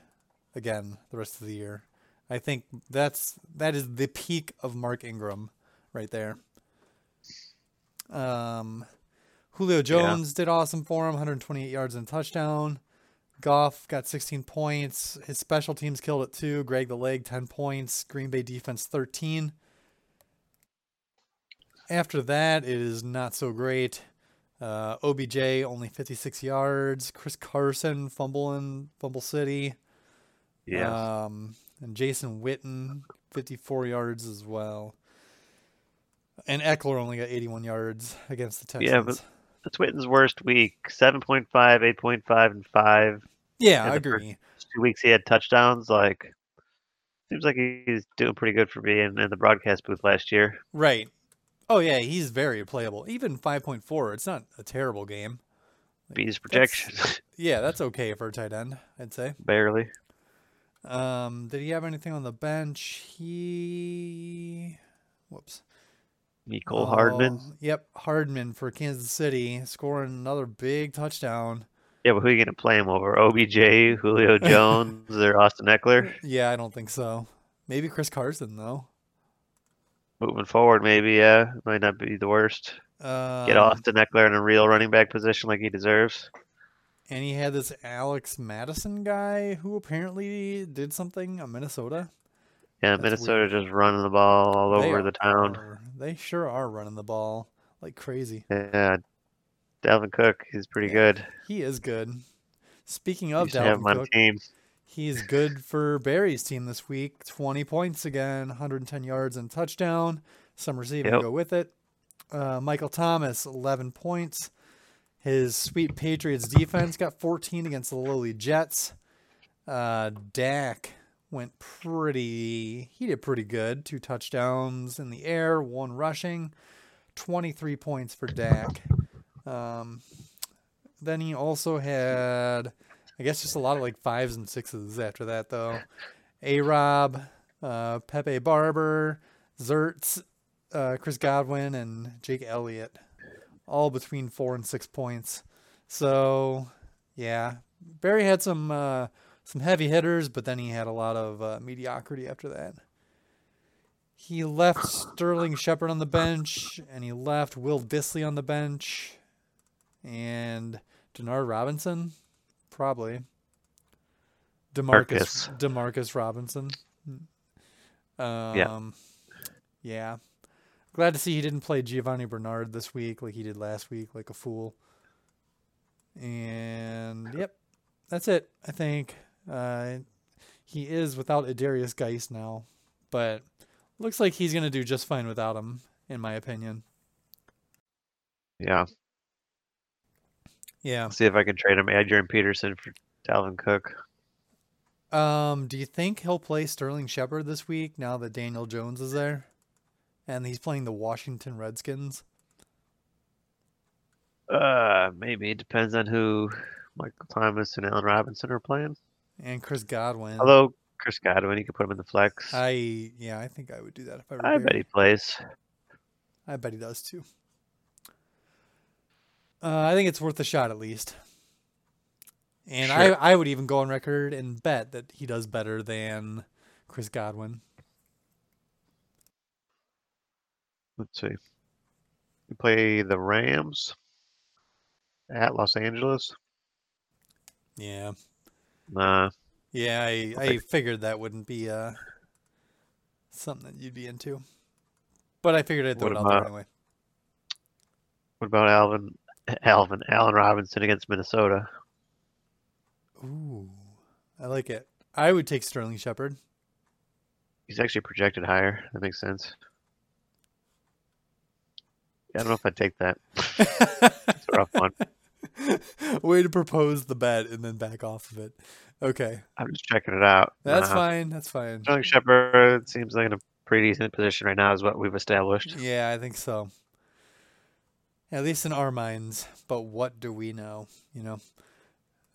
again the rest of the year. I think that's that is the peak of Mark Ingram right there. Um, Julio Jones did awesome for him, 128 yards and a touchdown. Goff got 16 points. His special teams killed it too. Greg the leg 10 points. Green Bay defense 13. After that, it is not so great. Uh, OBJ only 56 yards. Chris Carson fumbling Fumble City.
Yeah.
Um, and Jason Witten, 54 yards as well. And Eckler only got 81 yards against the Texans.
Yeah, but- That's Witten's worst week. 7.5, 8.5, and 5.
Yeah,
and
I
the per-
agree.
two weeks he had touchdowns. Like, seems like he's doing pretty good for being in the broadcast booth last year.
Right. Oh, yeah, he's very playable. Even 5.4, it's not a terrible game.
Beat his
That's-
projection
Yeah, that's okay for a tight end, I'd say.
barely.
Um, did he have anything on the bench? He. Whoops.
Nicole Hardman.
Oh, Yep, Hardman for Kansas City, scoring another big touchdown.
Yeah, but who are you gonna play him over? OBJ, Julio Jones, or Austin Eckler?
Yeah, I don't think so. Maybe Chris Carson though.
Moving forward, maybe yeah, might not be the worst.
Um,
Get Austin Eckler in a real running back position like he deserves.
And he had this Alex Madison guy who apparently did something on Minnesota.
Yeah,
that's
Minnesota
weird.
just running the ball all
They
over the town.
are- they sure are running the ball like crazy.
Yeah, Dalvin Cook, he's pretty
Yeah,
good.
He is good. Speaking
You
of
should have
Dalvin
him on
Cook,
team.
He's good for Barry's team this week. 20 points again, 110 yards and touchdown. Some receiving
Yep.
go with it. Uh, Michael Thomas, 11 points. His sweet Patriots defense got 14 against the lowly Jets. Uh, Dak went pretty, he did pretty good. Two touchdowns in the air, one rushing, 23 points for Dak. Um, then he also had, I guess, just a lot of like fives and sixes after that, though. A Rob, uh, Pepe Barber, Zertz, uh, Chris Godwin, and Jake Elliott, all between four and six points. So, yeah, Barry had some uh, some heavy hitters, but then he had a lot of uh, mediocrity after that. He left Sterling Shepard on the bench, and he left Will Disley on the bench, and Denard Robinson, probably. Demarcus
Marcus.
Demarcus Robinson. Um, yeah. Glad to see he didn't play Giovanni Bernard this week like he did last week, like a fool. And yep, that's it. I think uh, he is without Adarius Geis now, but looks like he's gonna do just fine without him, in my opinion.
Yeah.
Yeah.
I'll see if I can trade him Adrian Peterson for Dalvin Cook.
Um, do you think he'll play Sterling Shepard this week now that Daniel Jones is there, and he's playing the Washington Redskins?
Uh, maybe it depends on who Michael Thomas and Allen Robinson are playing.
And Chris Godwin.
Although Chris Godwin, you could put him in the flex. I,
I yeah, I think I would do that if I were
bet
Barry.
he plays.
I bet he does too. Uh, I think it's worth a shot at least. And
Sure.
I, I would even go on record and bet that he does better than Chris Godwin.
Let's see. We play the Rams at Los Angeles.
Yeah.
Uh,
Yeah, I, I
Okay.
figured that wouldn't be uh, something that you'd be into. But I figured I'd throw
What
it out there
about-
anyway.
what about Alvin? Alvin Allen Robinson against Minnesota.
Ooh. I like it. I would take Sterling Shepard.
He's actually projected higher. That makes sense. I don't know if I'd take that. It's a rough one.
Way to propose the bet and then back off of it. Okay.
I'm just checking it out.
That's
Uh,
fine. That's fine.
Sterling Shepard seems like in a pretty decent position right now, is what we've established.
Yeah, I think so. At least in our minds. But what do we know? You know?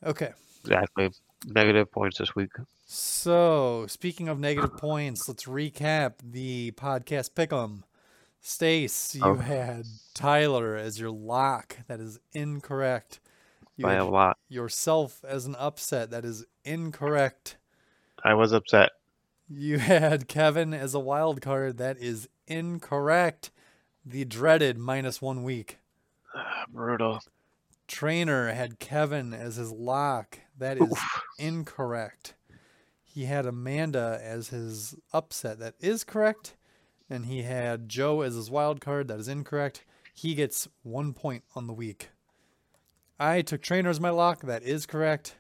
Okay.
Exactly. Negative points this week.
So, speaking of negative points, let's recap the podcast pick 'em. Stace, you
Oh.
had Tyler as your lock. That is incorrect. You
by
had
a lot.
yourself as an upset. That is incorrect.
I was upset.
You had Kevin as a wild card. That is incorrect. The dreaded minus one week.
Brutal.
Trainer had Kevin as his lock. That is incorrect. He had Amanda as his upset. That is correct. And he had Joe as his wild card. That is incorrect. He gets one point on the week. I took Trainer as my lock. That is correct.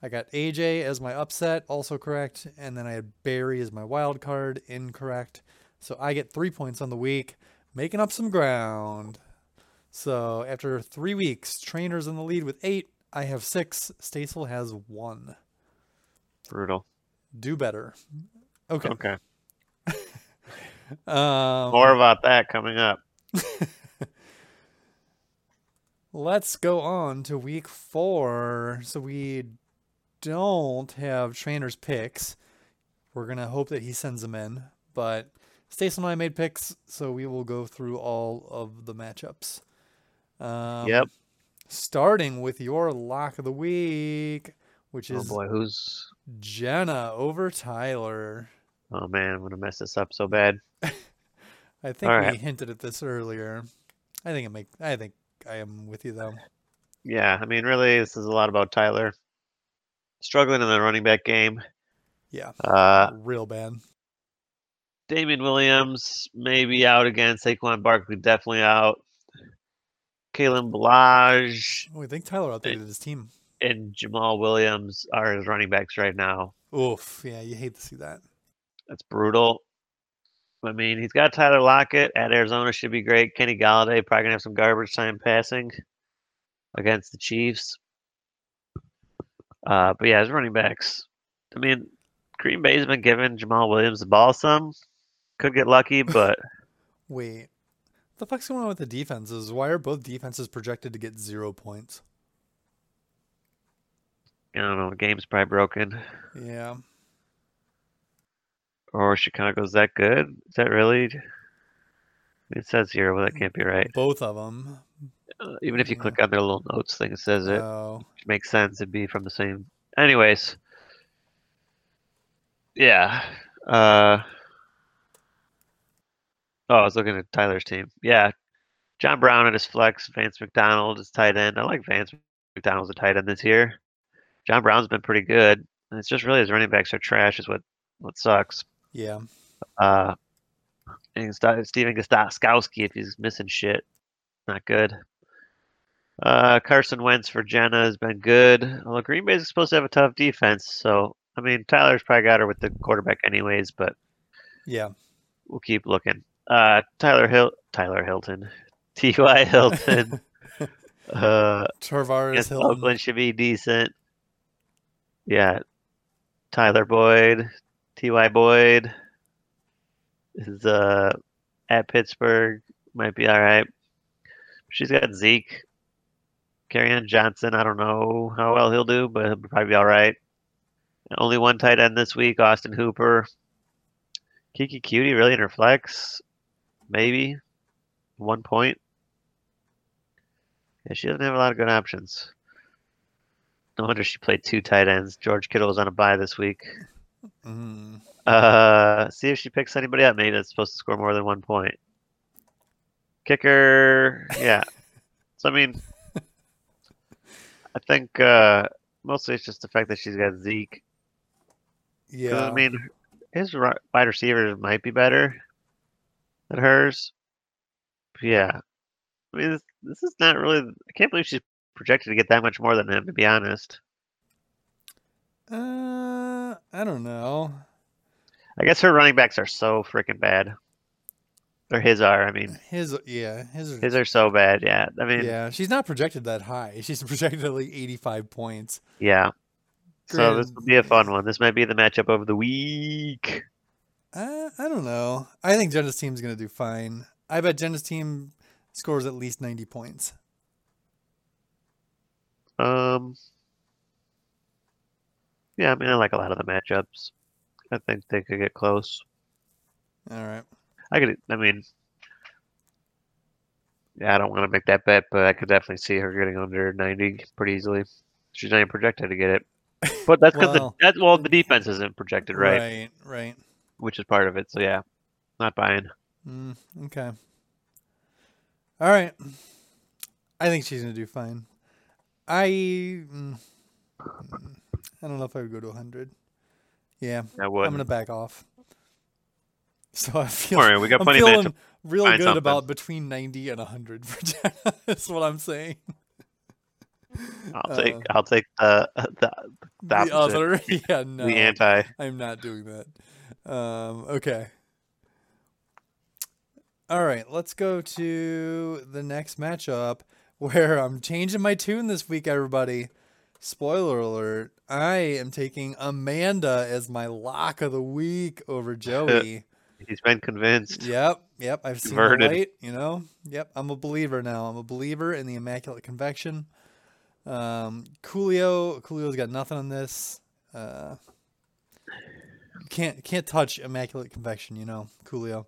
I got AJ as my upset. Also correct. And then I had Barry as my wild card. Incorrect. So I get three points on the week, making up some ground. So after three weeks, Trainer's in the lead with eight. I have six. Stacel has one.
Brutal.
Do better. Okay.
Okay.
Um,
More about that coming up.
let's go on to week four. So we don't have Trainer's picks. We're going to hope that he sends them in. But Stacel and I made picks, so we will go through all of the matchups. Um,
yep.
Starting with your lock of the week, which
Oh
is
boy, who's?
Jenna over Tyler.
Oh man, I'm gonna mess this up so bad.
I think
All
we
right.
hinted at this earlier. I think it make I think I am with you though.
Yeah, I mean, really, this is a lot about Tyler struggling in the running back game.
Yeah.
Uh,
Real bad.
Damian Williams maybe out again. Saquon Barkley definitely out. Kalen Balaj
Oh, I think Tyler updated his team.
and Jamal Williams are his running backs right now.
Oof. Yeah, you hate to see that.
That's brutal. I mean, he's got Tyler Lockett at Arizona should be great. Kenny Galladay probably gonna have some garbage time passing against the Chiefs. Uh, but yeah, his running backs. I mean, Green Bay's been giving Jamal Williams the ball some. Could get lucky, but
Wait. What the fuck's going on with the defenses? Why are both defenses projected to get zero points?
I don't know. The game's probably broken.
Yeah.
Or Chicago's that good? Is that really? It says here, well, that can't be right.
Both of them.
Uh, even if you
Yeah.
click on their little notes thing, it says it.
Oh.
which makes sense. It'd be from the same. Anyways, yeah. Uh, oh, I was looking at Tyler's team. Yeah, John Brown at his flex. Vance McDonald is tight end. I like Vance McDonald's a tight end this year. John Brown's been pretty good. And it's just really his running backs are trash is what what sucks.
Yeah.
Uh, and St- Steven Gostkowski, if he's missing shit, not good. Uh, Carson Wentz for Jenna has been good. Although Green Bay's supposed to have a tough defense, so I mean Tyler's probably got her with the quarterback anyways, but
Yeah.
we'll keep looking. Uh, Tyler Hill, Tyler Hilton, T.Y. Hilton. uh,
Tarvaris
against
Hilton.
Oakland should be decent. Yeah. Tyler Boyd, T.Y. Boyd is uh at Pittsburgh. Might be all right. She's got Zeke. Carrion Johnson, I don't know how well he'll do, but he'll probably be all right. Only one tight end this week, Austin Hooper. Kiki Cutie really in her flex? Maybe. One point. Yeah, she doesn't have a lot of good options. No wonder she played two tight ends. George Kittle was on a bye this week.
Mm.
Uh, see if she picks anybody up. Maybe that's supposed to score more than one point. Kicker, yeah. so I mean, I think uh, mostly it's just the fact that she's got Zeke. 'Cause,
Yeah.
I mean, his ri- wide receivers might be better than hers. But yeah. I mean, this, this is not really. I can't believe she's projected to get that much more than him, to be honest.
uh, I don't know.
I guess her running backs are so freaking bad. Or his are. I mean,
His yeah, his, are-
his are so bad. Yeah. I mean, yeah.
yeah. She's not projected that high. She's projected at like eighty-five points.
So this will
Granted,
be a fun one. This might be the matchup of the week.
Uh, I don't know. I think Jenna's team's gonna do fine. I bet Jenna's team scores at least ninety points.
Um. Yeah, I mean, I like a lot of the matchups. I think they could get close.
All right.
I could. I mean, yeah, I don't want to make that bet, but I could definitely see her getting under ninety pretty easily. She's not even projected to get it, but that's because
Well-
the that's well the defense isn't projected right,
Right. Right.
which is part of it. So yeah, not buying.
Mm, okay. All right. I think she's gonna do fine. I mm, mm, I don't know if I would go to hundred. Yeah,
I
I'm
would.
gonna
not
back off. So I
Don't
feel
worry, we got
I'm
plenty of matchups.
feeling really
Find
good
something.
about between ninety and hundred for Jenna. That's what I'm saying.
I'll
uh,
take. I'll take the the, the,
The
opposite,
other, yeah, no,
the anti.
I'm not doing that. Um, okay. All right, let's go to the next matchup where I'm changing my tune this week, everybody. Spoiler alert, I am taking Amanda as my lock of the week over Joey.
He's been convinced.
Yep, yep. I've seen
Converted.
the light. You know, yep. I'm a believer now. I'm a believer in the Immaculate Convection. Um, Coolio, Coolio's got nothing on this. Uh, you can't can't touch Immaculate Convection. You know, Coolio.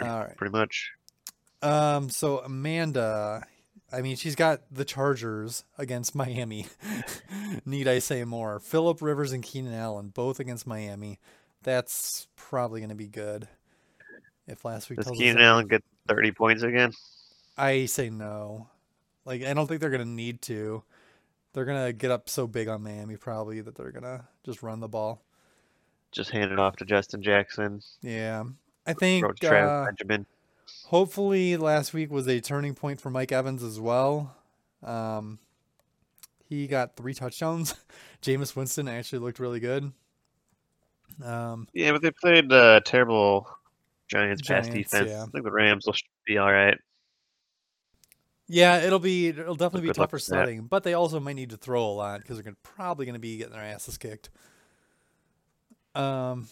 All right.
Pretty much.
Um, so Amanda, I mean, she's got the Chargers against Miami. Need I say more? Philip Rivers and Keenan Allen both against Miami. That's probably going to be good. If last week
Does
tells us
Keenan
anything.
Allen get thirty points again?
I say no. Like I don't think they're gonna need to. They're gonna get up so big on Miami probably that they're gonna just run the ball.
Just hand it off to Justin Jackson.
Yeah, I think.
Throw to
uh,
Travis Benjamin.
Hopefully, last week was a turning point for Mike Evans as well. Um, He got three touchdowns. Jameis Winston actually looked really good. Um,
Yeah, but they played uh, terrible Giants, pass
Giants,
defense.
yeah.
I think the Rams will be all right.
yeah, it'll be it'll definitely be
Good luck
tougher
with that.
sledding, but they also might need to throw a lot because they're gonna, probably going to be getting their asses kicked. Um,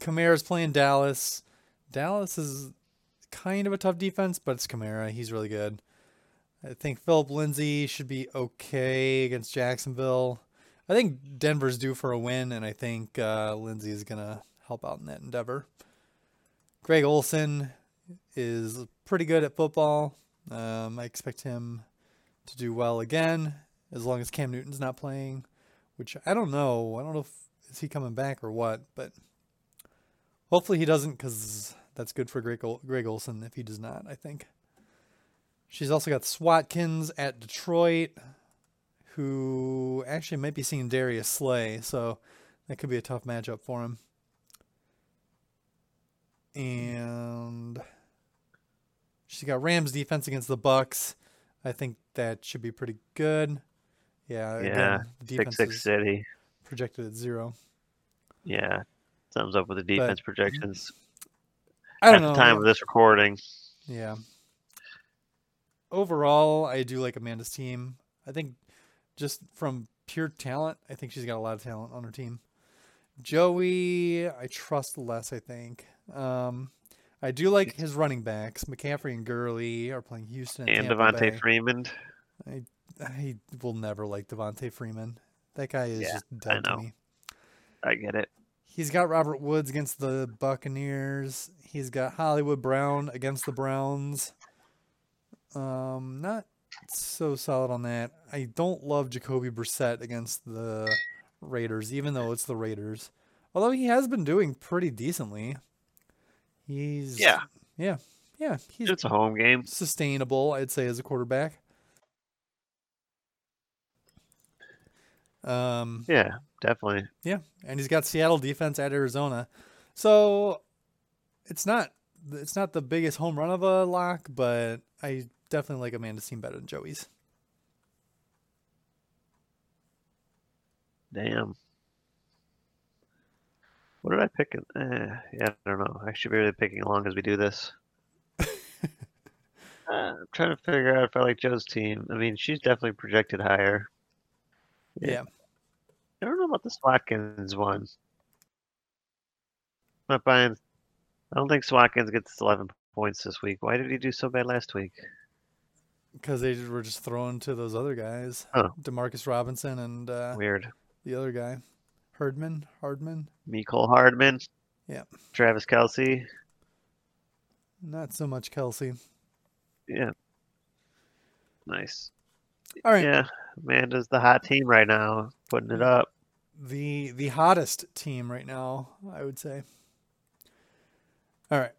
Kamara's playing Dallas. Dallas is kind of a tough defense, but it's Kamara. He's really good. I think Philip Lindsay should be okay against Jacksonville. I think Denver's due for a win, and I think uh, Lindsay is going to help out in that endeavor. Greg Olson is pretty good at football. Um, I expect him to do well again, as long as Cam Newton's not playing, which I don't know. I don't know if is he coming back or what, but hopefully he doesn't, because that's good for Greg, Ol- Greg Olson if he does not. I think. She's also got Swatkins at Detroit, who actually might be seeing Darius Slay, so that could be a tough matchup for him. And she's got Rams defense against the Bucks. I think that should be pretty good. Yeah,
Yeah,
again, the
Six
defense
six
is
city.
projected at zero.
Yeah, sums up with the defense projections
I
at
don't
the
know.
time of this recording.
Yeah. Overall, I do like Amanda's team. I think just from pure talent, I think she's got a lot of talent on her team. Joey, I trust less, I think. Um, I do like his running backs. McCaffrey and Gurley are playing Houston and,
And
Tampa
Devontae
Bay.
Freeman.
I will never like Devontae Freeman. That guy is
Yeah,
just dead to
know.
me.
I get it.
He's got Robert Woods against the Buccaneers. He's got Hollywood Brown against the Browns. Um, not so solid on that. I don't love Jacoby Brissett against the Raiders, even though it's the Raiders. Although he has been doing pretty decently. He's
Yeah,
yeah, he's
it's a home game.
sustainable, I'd say, as a quarterback. Um,
Yeah, definitely.
yeah, and he's got Seattle defense at Arizona, so it's not it's not the biggest home run of a lock, but I definitely like Amanda's team better than Joey's.
Damn. What did I pick? in- Eh, yeah, I don't know. I should be really picking along as we do this. uh, I'm trying to figure out if I like Joe's team. I mean, she's definitely projected higher.
Yeah.
I don't know about the Swatkins one. I'm not buying. I don't think Swatkins gets 11 points this week. Why did he do so bad last week?
because they were just thrown to those other guys,
Oh.
Demarcus Robinson and uh,
Weird.
the other guy, Herdman. Hardman,
Nicole Hardman.
Yeah.
Travis Kelsey.
not so much Kelsey.
Yeah. Nice.
All right, Mm-hmm.
Yeah, Amanda's the hot team right now, putting it up.
the the hottest team right now, I would say. All right,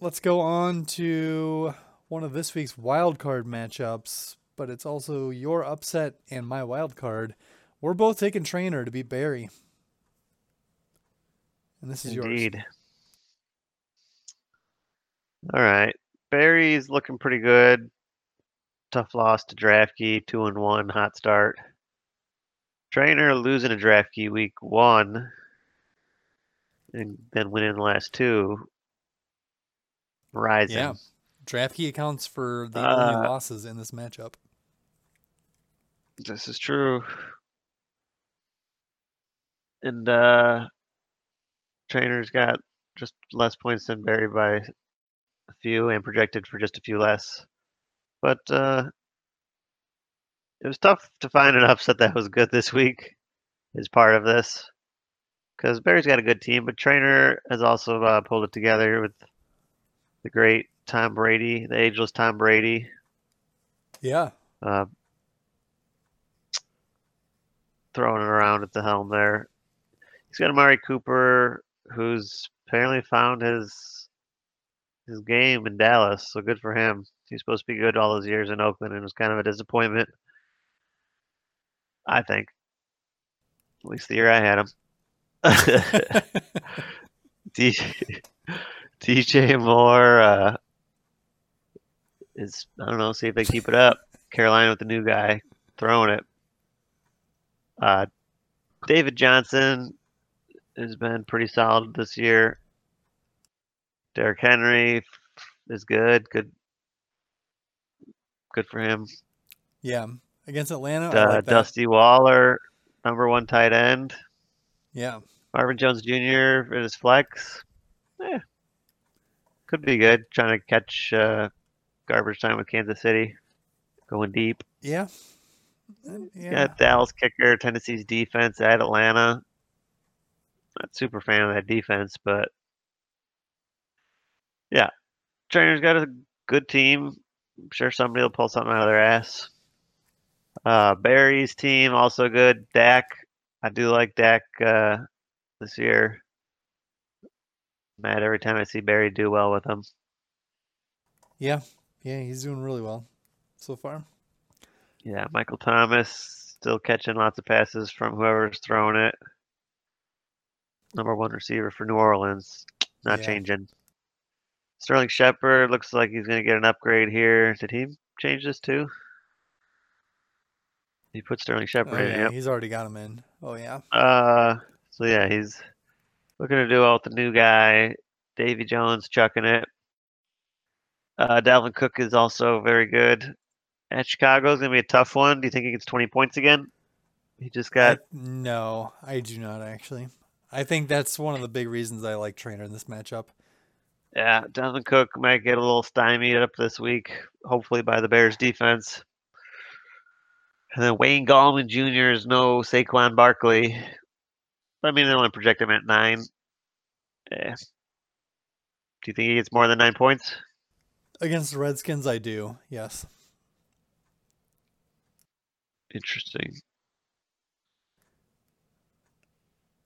let's go on to one of this week's wild card matchups, but it's also your upset and my wild card. We're both taking Trainer to beat Barry, and this is yours.
Indeed. All right. Barry's looking pretty good. Tough loss to DraftKey, two and one, hot start. Trainer losing to DraftKey week one, and then winning the last two. Rising.
Yeah. DraftKey accounts for the only
Uh,
losses in this matchup.
This is true. And uh trainer's got just less points than Barry by a few and projected for just a few less. But uh it was tough to find an upset that was good this week is part of this. Because Barry's got a good team, but Trainer has also uh, pulled it together with the great Tom Brady, the ageless Tom Brady.
Yeah,
Uh, throwing it around at the helm there. He's got Amari Cooper, who's apparently found his his game in Dallas, so good for him. He's supposed to be good all his years in Oakland, and it was kind of a disappointment. I think, at least the year I had him. DJ, DJ Moore uh, is I don't know. See if they keep it up. Carolina with the new guy throwing it. Uh, David Johnson has been pretty solid this year. Derrick Henry is good. Good. Good for him.
Yeah. Against Atlanta, I
Uh,
like that.
Dusty Waller, number one tight end.
Yeah.
Marvin Jones Jr. in his flex. Yeah. Could be good. Trying to catch uh, garbage time with Kansas City. Going deep.
Yeah. Uh, Yeah.
Got Dallas kicker, Tennessee's defense at Atlanta. Not super fan of that defense, but yeah, Trainer's got a good team. I'm sure somebody will pull something out of their ass. Uh, Barry's team also good. Dak, I do like Dak uh, this year. Mad every time I see Barry do well with him.
Yeah. Yeah. He's doing really well so far.
Yeah, Michael Thomas still catching lots of passes from whoever's throwing it. Number one receiver for New Orleans, not
Yeah.
changing. Sterling Shepard looks like he's going to get an upgrade here. Did he change this too? He put Sterling
Oh,
Shepard in.
yeah.
Yep.
He's already got him in. Oh, yeah.
Uh, so yeah, he's looking to do well with the new guy, Davy Jones, chucking it. Uh, Dalvin Cook is also very good. At Chicago is going to be a tough one. Do you think he gets 20 points again? He just
I-
got
no, I do not actually. I think that's one of the big reasons I like Trainer in this matchup.
yeah. Dalvin Cook might get a little stymied up this week, hopefully by the Bears defense. And then Wayne Gallman Jr. is no Saquon Barkley. I mean, they only project him at nine. Yeah. Do you think he gets more than nine points?
Against the Redskins, I do. Yes.
Interesting.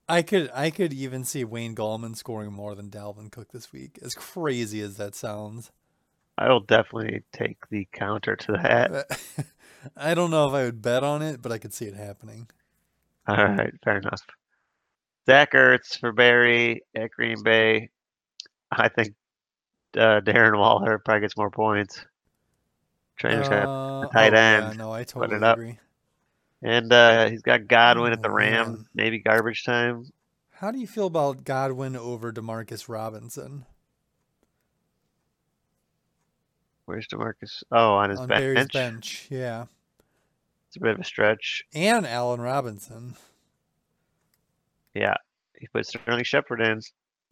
I could I could even see Wayne Gallman scoring more than Dalvin Cook this week. As crazy as that sounds.
I will definitely take the counter to that.
I don't know if I would bet on it, but I could see it happening.
All
Mm-hmm.
right, fair enough. Zach Ertz for Barry at Green Bay. I think uh, Darren Waller probably gets more points. Trainers have,
Uh,
tight
oh, Yeah,
end.
no, I
Put it
totally
up.
agree.
and uh, he's got Godwin at the
oh,
Rams.
man.
Maybe garbage time.
How do you feel about Godwin over Demarcus Robinson
Where's Demarcus? Oh, on his
on Barry's
bench.
bench? Yeah,
It's a bit of a stretch.
and Allen Robinson.
Yeah, he puts Sterling Shepard in,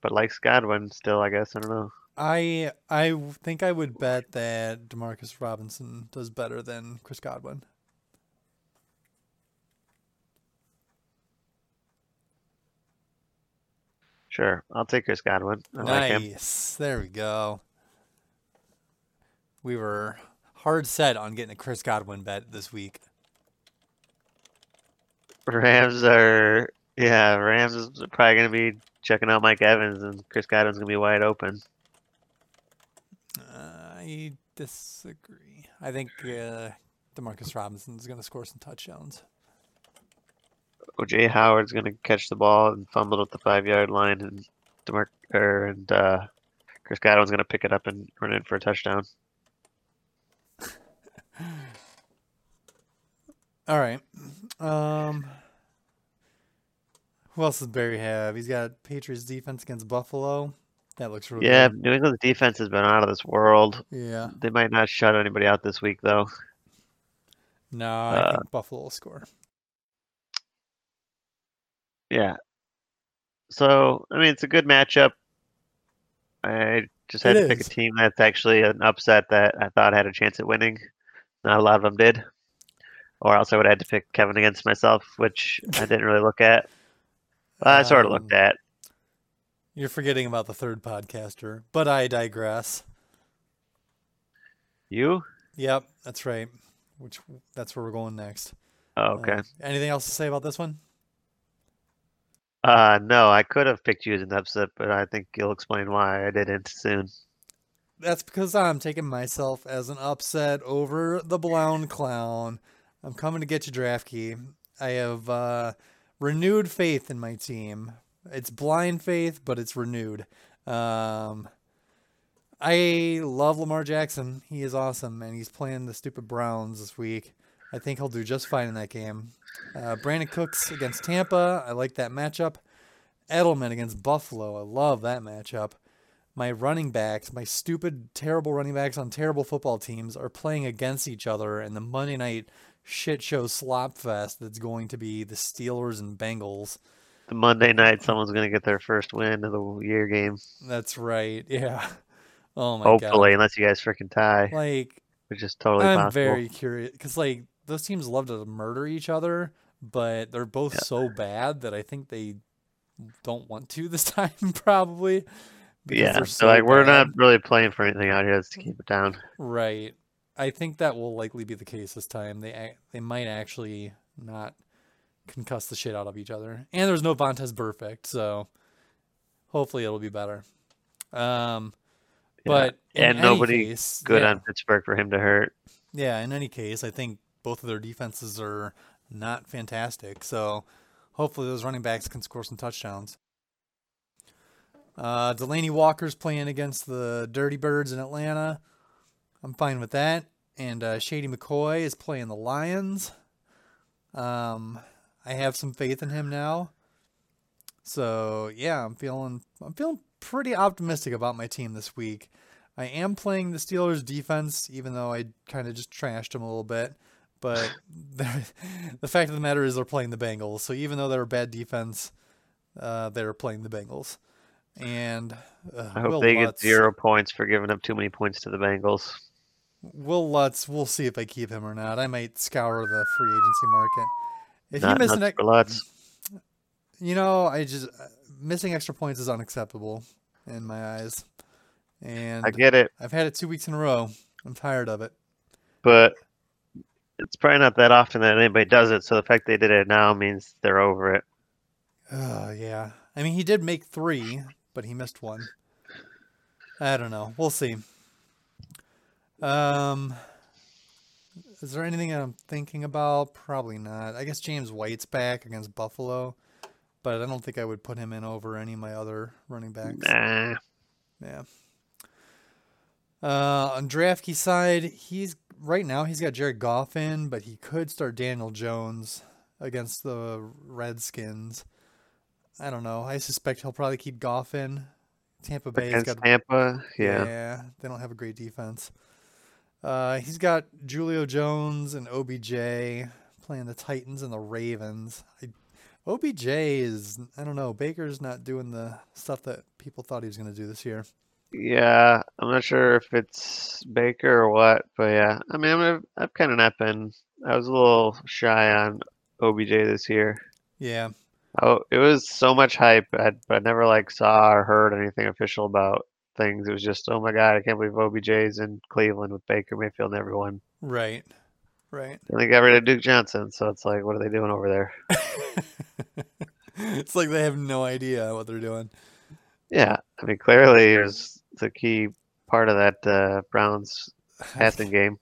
but likes Godwin still. I guess I don't know.
I I w- think I would bet that Demarcus Robinson does better than Chris Godwin.
Sure, I'll take Chris Godwin. I like him.
nice. There we go. We were hard set on getting a Chris Godwin bet this week.
Rams are yeah, Rams is probably gonna be checking out Mike Evans and Chris Godwin's gonna be wide open.
I disagree. I think uh, Demarcus Robinson is going to score some touchdowns.
OJ Howard's gonna catch the ball and fumble it at the five yard line and Demar er, and uh Chris Godwin's gonna pick it up and run in for a touchdown.
All right. Um, who else does Barry have? He's got Patriots defense against Buffalo. That looks really
Yeah,
good.
New England's defense has been out of this world.
Yeah.
They might not shut anybody out this week though.
No, I
Uh,
think Buffalo will score.
Yeah. So I mean it's a good matchup. I just had
It
to pick a
is.
team that's actually an upset that I thought had a chance at winning. Not a lot of them did. Or else I would have had to pick Kevin against myself, which I didn't really look at. Well, I sort of looked
Um,
at.
You're forgetting about the third podcaster, but I digress.
You?
Yep, that's right. Which that's where we're going next.
Oh,
Uh,
okay.
anything else to say about this one?
Uh, no, I could have picked you as an upset, but I think you'll explain why I didn't soon.
That's because I'm taking myself as an upset over the Blown Clown. I'm coming to get you, Draftkey. I have uh, renewed faith in my team. It's blind faith, but it's renewed. Um, I love Lamar Jackson. He is awesome, and he's playing the stupid Browns this week. I think he'll do just fine in that game. Uh, Brandon Cooks against Tampa. I like that matchup. Edelman against Buffalo. I love that matchup. My running backs, my stupid, terrible running backs on terrible football teams are playing against each other in the Monday night shit show slop fest that's going to be the Steelers and Bengals.
The Monday night, someone's going to get their first win of the year game.
That's right. Yeah. Oh my
Hopefully, unless you guys freaking tie,
god. Like
which is totally
I'm
possible.
very curious because like those teams love to murder each other, but they're both
Yeah.
so bad that I think they don't want to this time probably. because
yeah,
they're
so, like we're
bad.
not really playing for anything out here. Let's keep it down.
right. I think that will likely be the case this time. They ac- they might actually not concuss the shit out of each other, and there's no Vontez perfect, so hopefully it'll be better. Um,
Yeah,
but in
and
any
nobody
case,
Good
yeah.
on Pittsburgh for him to hurt.
Yeah, in any case, I think both of their defenses are not fantastic. So hopefully those running backs can score some touchdowns. Uh, Delaney Walker's playing against the Dirty Birds in Atlanta. I'm fine with that. And uh, Shady McCoy is playing the Lions. Um, I have some faith in him now. So yeah, I'm feeling I'm feeling pretty optimistic about my team this week. I am playing the Steelers defense, even though I kind of just trashed them a little bit. But they're- the fact of the matter is, they're playing the Bengals. So even though they're a bad defense, uh, they're playing the Bengals. And uh,
I hope
Will
they
Lutz-
get zero points for giving up too many points to the Bengals.
Will Lutz, we'll see if I keep him or not. I might scour the free agency market. If
Not
he missed
nuts
an ex-
for Lutz.
you know, I just uh, missing extra points is unacceptable in my eyes. And
I get it,
I've had it two weeks in a row. I'm tired of it.
but it's probably not that often that anybody does it. So the fact they did it now means they're over it.
Oh, yeah. I mean, he did make three, but he missed one. I don't know. We'll see. Um, is there anything I'm thinking about? Probably not. I guess James White's back against Buffalo, but I don't think I would put him in over any of my other running backs.
Nah,
Yeah. Uh, on DraftKings side, he's right now he's got Jared Goff in, but he could start Daniel Jones against the Redskins. I don't know. I suspect he'll probably keep Goff in. Tampa Bay's
against
got
Tampa, yeah.
they don't have a great defense. Uh, he's got Julio Jones and OBJ playing the Titans and the Ravens. I, OBJ is I don't know. Baker's not doing the stuff that people thought he was going to do this year.
Yeah, I'm not sure if it's Baker or what, but yeah, I mean, I'm, I've kind of not been. I was a little shy on OBJ this year.
Yeah,
Oh, it was so much hype, I, but I never like saw or heard anything official about things. It was just, oh my God, I can't believe OBJ's in Cleveland with Baker Mayfield and everyone.
right, right.
And they got rid of Duke Johnson, so it's like, what are they doing over there?
it's like they have no idea what they're doing.
Yeah, I mean, clearly it was the key part of that uh, Browns passing game.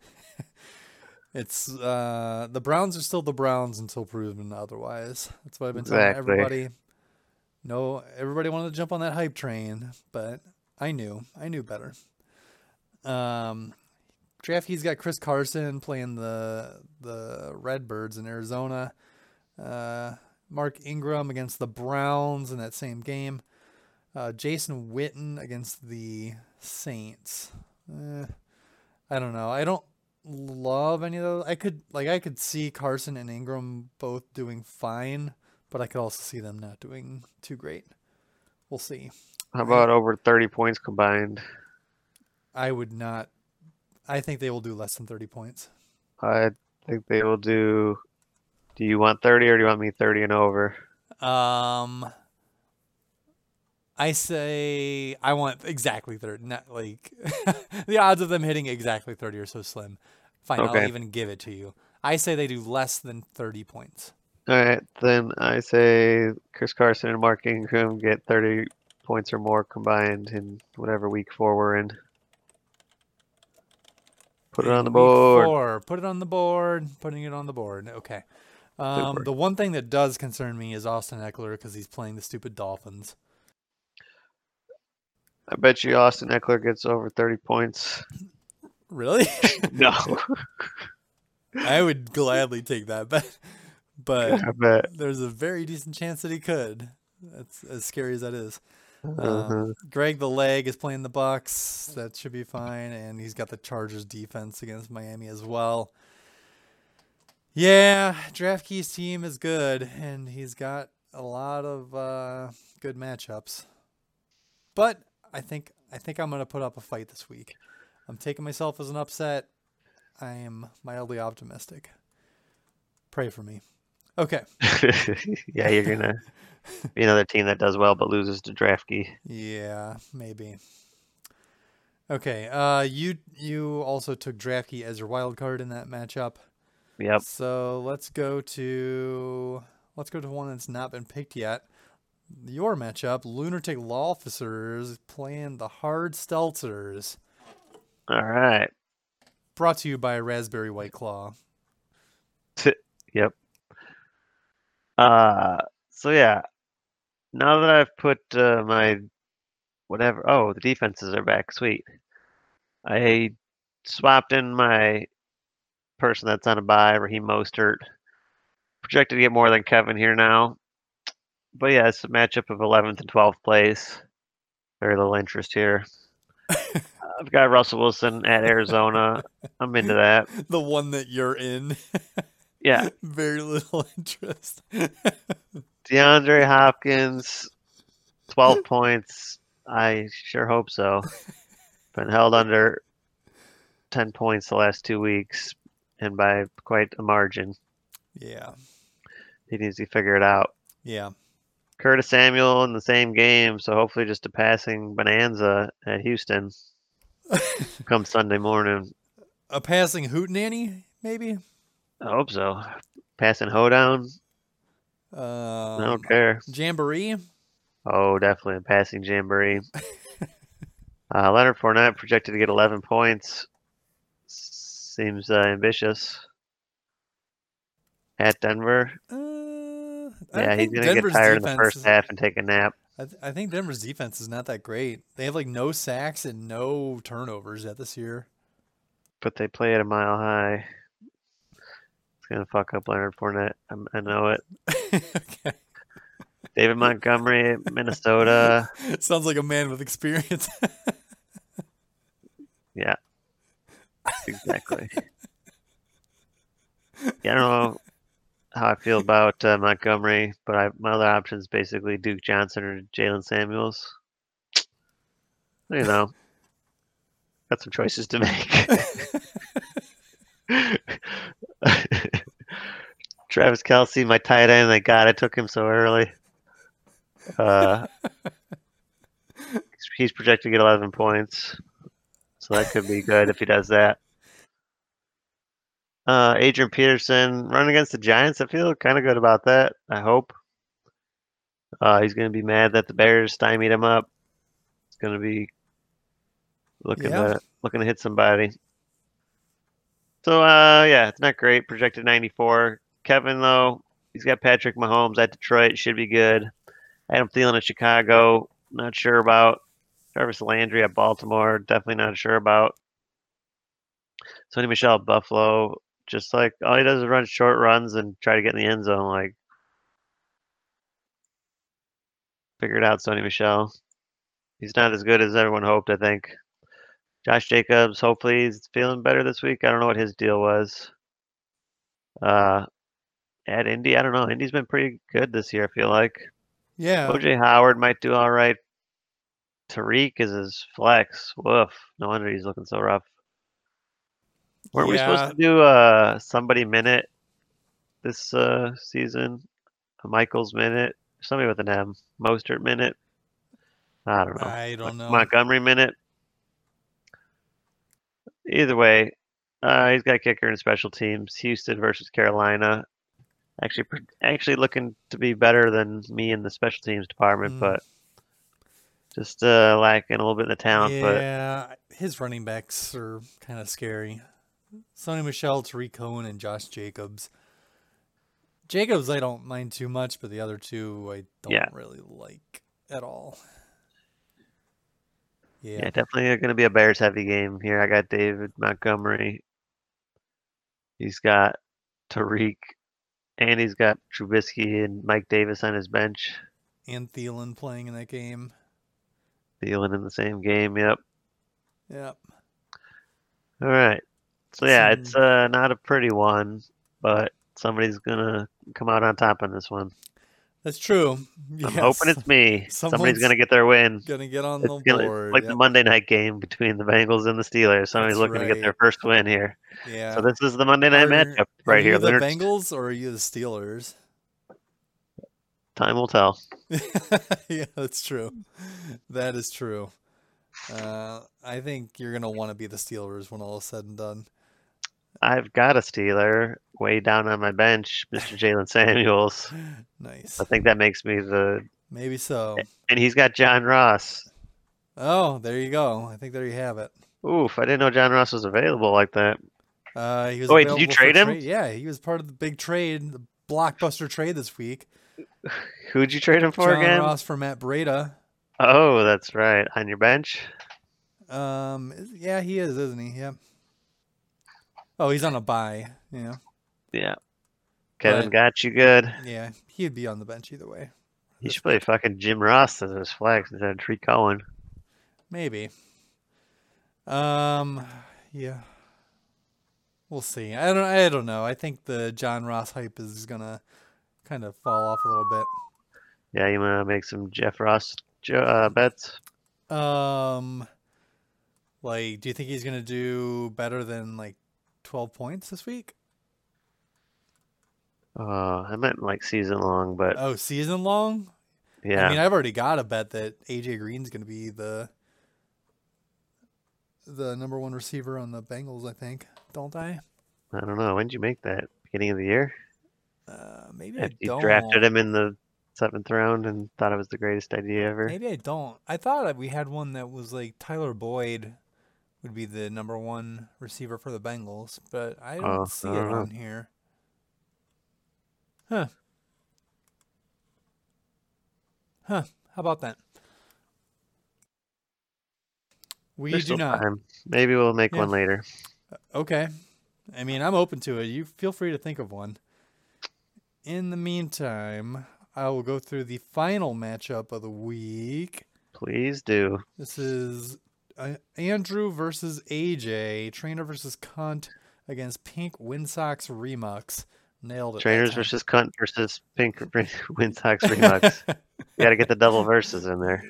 It's uh the Browns are still the Browns until proven otherwise. That's what I've been telling
Exactly.
everybody. No, everybody wanted to jump on that hype train, but I knew, I knew better. Um, DraftKings got Chris Carson playing the the Redbirds in Arizona. Uh, Mark Ingram against the Browns in that same game. Uh, Jason Witten against the Saints. Eh, I don't know. I don't love any of those. I could like I could see Carson and Ingram both doing fine, but I could also see them not doing too great. We'll see.
How about over 30 points combined?
I would not. I think they will do less than thirty points.
I think they will do. Do you want 30 or do you want me 30 and over?
Um, I say I want exactly thirty. Not like the odds of them hitting exactly thirty are so slim. Fine, I'll
Okay.
even give it to you. I say they do less than thirty points.
All right, then I say Chris Carson and Mark Ingram get 30 points or more combined in whatever week four we're in. Put it on the
Week
board.
Four. Put it on the board. Putting it on the board. Okay. Um,
Super.
the one thing that does concern me is Austin Eckler because he's playing the stupid Dolphins.
I bet you Austin Eckler gets over 30 points.
Really?
No.
I would gladly take that bet, but
I bet.
there's a very decent chance that he could. That's as scary as that is. Um, Uh.
Uh-huh.
Greg the leg is playing the Bucks. That should be fine, and he's got the Chargers defense against Miami as well. Yeah, DraftKings team is good, and he's got a lot of uh, good matchups. But I think I think I'm gonna put up a fight this week. I'm taking myself as an upset. I am mildly optimistic. Pray for me. Okay.
Uh-huh. yeah, you're gonna be another team that does well but loses to Draftkey.
Yeah, maybe. Okay, uh, you you also took Draftkey as your wild card in that matchup.
Yep.
So let's go to let's go to one that's not been picked yet. Your matchup: Lunatic Law Officers playing the Hard Stelters.
All right.
Brought to you by Raspberry White Claw.
Yep. Uh, so yeah, now that I've put uh, my whatever, oh, the defenses are back. Sweet. I swapped in my person that's on a buy, Raheem Mostert. Projected to get more than Kevin here now. But yeah, it's a matchup of 11th and 12th place. Very little interest here. I've got Russell Wilson at Arizona. I'm into that.
The one that you're in.
Yeah,
Very little interest.
DeAndre Hopkins, 12 points. I sure hope so. Been held under 10 points the last two weeks, and by quite a margin.
yeah.
He needs to figure it out.
Yeah.
Curtis Samuel in the same game, so hopefully just a passing bonanza at Houston come Sunday morning.
A passing hootenanny, maybe?
I hope so. Passing hoedown,
Um,
I don't care.
Jamboree.
Oh, definitely a passing jamboree. uh, Leonard Fournette projected to get 11 points. Seems uh, ambitious. At Denver,
Uh, I
yeah, he's
think
gonna
Denver's
get tired in the
defense
first
is-
half and take a nap.
I, th- I think Denver's defense is not that great. They have like no sacks and no turnovers at this year.
But they play at a mile high. It's gonna fuck up Leonard Fournette. I'm, I know it.
okay.
David Montgomery, at Minnesota.
Sounds like a man with experience.
Exactly. yeah, I don't know how I feel about uh, Montgomery, but I, my other options basically Duke Johnson or Jalen Samuels. You know, got some choices to make. Travis Kelsey, my tight end. Thank God I took him so early. Uh, he's projected to get 11 points, so that could be good if he does that. Uh, Adrian Peterson running against the Giants. I feel kind of good about that. I hope. Uh, he's going to be mad that the Bears stymied him up. He's going to be looking
Yeah.
to looking to hit somebody. So uh, yeah, it's not great. Projected 94. Kevin though, he's got Patrick Mahomes at Detroit. Should be good. Adam Thielen at Chicago. Not sure about. Jarvis Landry at Baltimore. Definitely not sure about. Sonny Michelle at Buffalo. Just like all he does is run short runs and try to get in the end zone. Like figure it out, Sonny Michelle. He's not as good as everyone hoped. I think. Josh Jacobs, hopefully he's feeling better this week. I don't know what his deal was. Uh, at Indy, I don't know. Indy's been pretty good this year. I feel like
yeah.
OJ Howard might do all right. Tariq is his flex. Woof! No wonder he's looking so rough. Weren't we
Yeah.
supposed to do uh somebody minute this uh season? A Michaels minute, somebody with an M, Mostert minute. I don't know.
I don't know.
Montgomery minute. Either way, uh, he's got kicker and special teams. Houston versus Carolina. Actually, pr- actually looking to be better than me in the special teams department,
Mm.
but just uh, lacking a little bit in the talent.
yeah, his running backs are kind of scary. Sonny Michelle, Tariq Cohen, and Josh Jacobs. Jacobs, I don't mind too much, but the other two, I don't
Yeah.
really like at all.
But
Yeah.
yeah, definitely going to be a Bears heavy game here. I got David Montgomery. He's got Tariq, and he's got Trubisky and Mike Davis on his bench.
And Thielen playing in that game.
Thielen in the same game. Yep.
Yep.
All right. So yeah,
Some-
it's uh, not a pretty one, but somebody's gonna come out on top on this one.
That's true.
I'm
Yes.
hoping it's me.
Someone's
somebody's gonna get their win.
gonna get on
It's
the
gonna-
board.
like the
yep.
Monday night game between the Bengals and the Steelers. Somebody's
That's
looking to get their
right.
first win here.
yeah.
So this is the Monday night
Are-
matchup
Are
right
you
here.
The
Leonard-
Bengals or are you the Steelers?
Time will tell.
yeah, that's true. That is true. Uh, I think you're gonna want to be the Steelers when all is said and done.
I've got a Steeler way down on my bench, Mr. Jalen Samuels.
Nice.
I think that makes me the
Maybe so.
and he's got John Ross.
Oh, there you go. I think there you have it.
Oof, I didn't know John Ross was available like that.
Uh, he was.
Oh, wait, did you
available for
trade him?
trade- Yeah, he was part of the big trade, the blockbuster trade this week.
Who'd you trade him for
John
again?
Ross for Matt Breda.
Oh, that's right. On your bench?
Um, is- yeah, he is, isn't he? Yep. Oh, he's on a buy. Yeah,
Yeah. Kevin
Right.
got you good.
yeah, he'd be on the bench either way.
You should play fucking Jim Ross as his flex instead of Tree Cohen.
Maybe. Um, yeah. We'll see. I don't. I don't know. I think the John Ross hype is gonna kind of fall off a little bit.
Yeah, you want to make some Jeff Ross jo- uh, bets?
Um, like, do you think he's gonna do better than like twelve points this week?
Oh, I meant like season long, but
Oh, season long.
yeah.
I mean, I've already got a bet that AJ Green's gonna be the the number one receiver on the Bengals. I think. Don't I?
I don't know. When did you make that? Beginning of the year?
Uh, maybe I
After you
don't.
drafted him in the seventh round and thought it was the greatest idea ever.
Maybe I don't. I thought that we had one that was like Tyler Boyd would be the number one receiver for the Bengals, but I don't
Oh,
see
I
it
don't know.
on here. Huh. Huh. How about that? We
There's
do
still
not.
time. Maybe we'll make
Yeah.
one later.
Okay. I mean, I'm open to it. You feel free to think of one. In the meantime, I will go through the final matchup of the week.
Please do.
This is uh, Andrew versus AJ, Trainer versus Cunt against Pink Windsocks Remux. Nailed it. that
Trainers
time.
versus cunt versus pink Winsox remux. you got to get the double verses in there.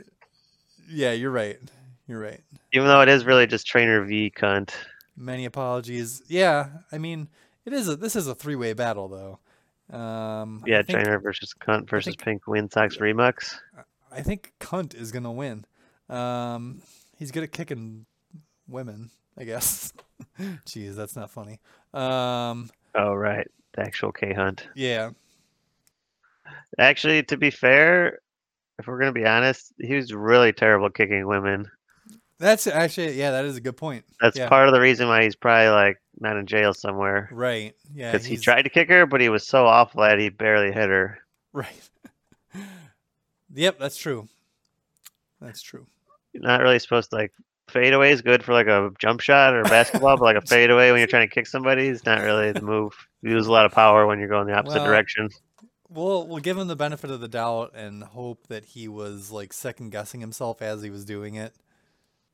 yeah, you're right. You're right.
Even though it is really just trainer v cunt.
Many apologies. Yeah, I mean, it is. A, this is a three-way battle, though. Um, I
Yeah,
think,
trainer versus cunt versus
think-
pink Winsox remux.
I think Cunt is gonna win. Um, he's good at kicking women, I guess. Jeez, that's not funny. Um,
Oh, right. The actual K Hunt.
yeah,
Actually, to be fair, if we're going to be honest, he was really terrible kicking women.
that's actually yeah, that is a good point.
That's
Yeah.
part of the reason why he's probably like not in jail somewhere.
Right. Yeah.
Because he
he's-
tried to kick her, but he was so awful that he barely hit her.
Right. yep, that's true. That's true.
You're not really supposed to like fadeaway is good for like a jump shot or basketball, but like a fadeaway when you're trying to kick somebody is not really the move. You lose a lot of power when you're going the opposite
Well,
direction.
We'll we'll give him the benefit of the doubt and hope that he was like second guessing himself as he was doing it,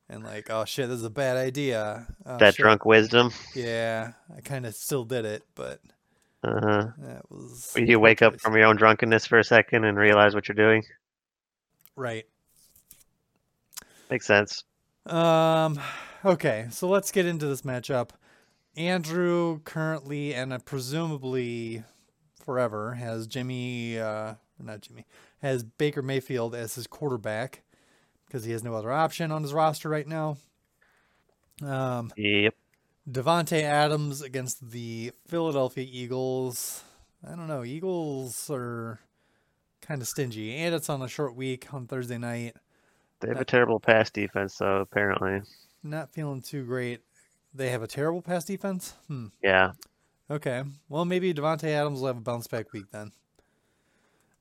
and like, oh shit, this is a bad idea. Oh,
That
shit,
drunk wisdom.
Yeah, I kind of still did it, but
Uh-huh.
that was.
You
poor
wake up
choice.
from your own drunkenness for a second and realize what you're doing.
right.
Makes sense.
Um, okay, so let's get into this matchup. Andrew currently and uh, presumably forever has Jimmy, uh, not Jimmy, has Baker Mayfield as his quarterback because he has no other option on his roster right now. Um,
Yep.
Devonte Adams against the Philadelphia Eagles. I don't know. Eagles are kind of stingy, and it's on a short week on Thursday night.
They have a
That-
terrible pass defense, though, apparently.
Not feeling too great. They have a terrible pass defense. Hmm.
Yeah.
Okay. Well, maybe Devonte Adams will have a bounce back week then.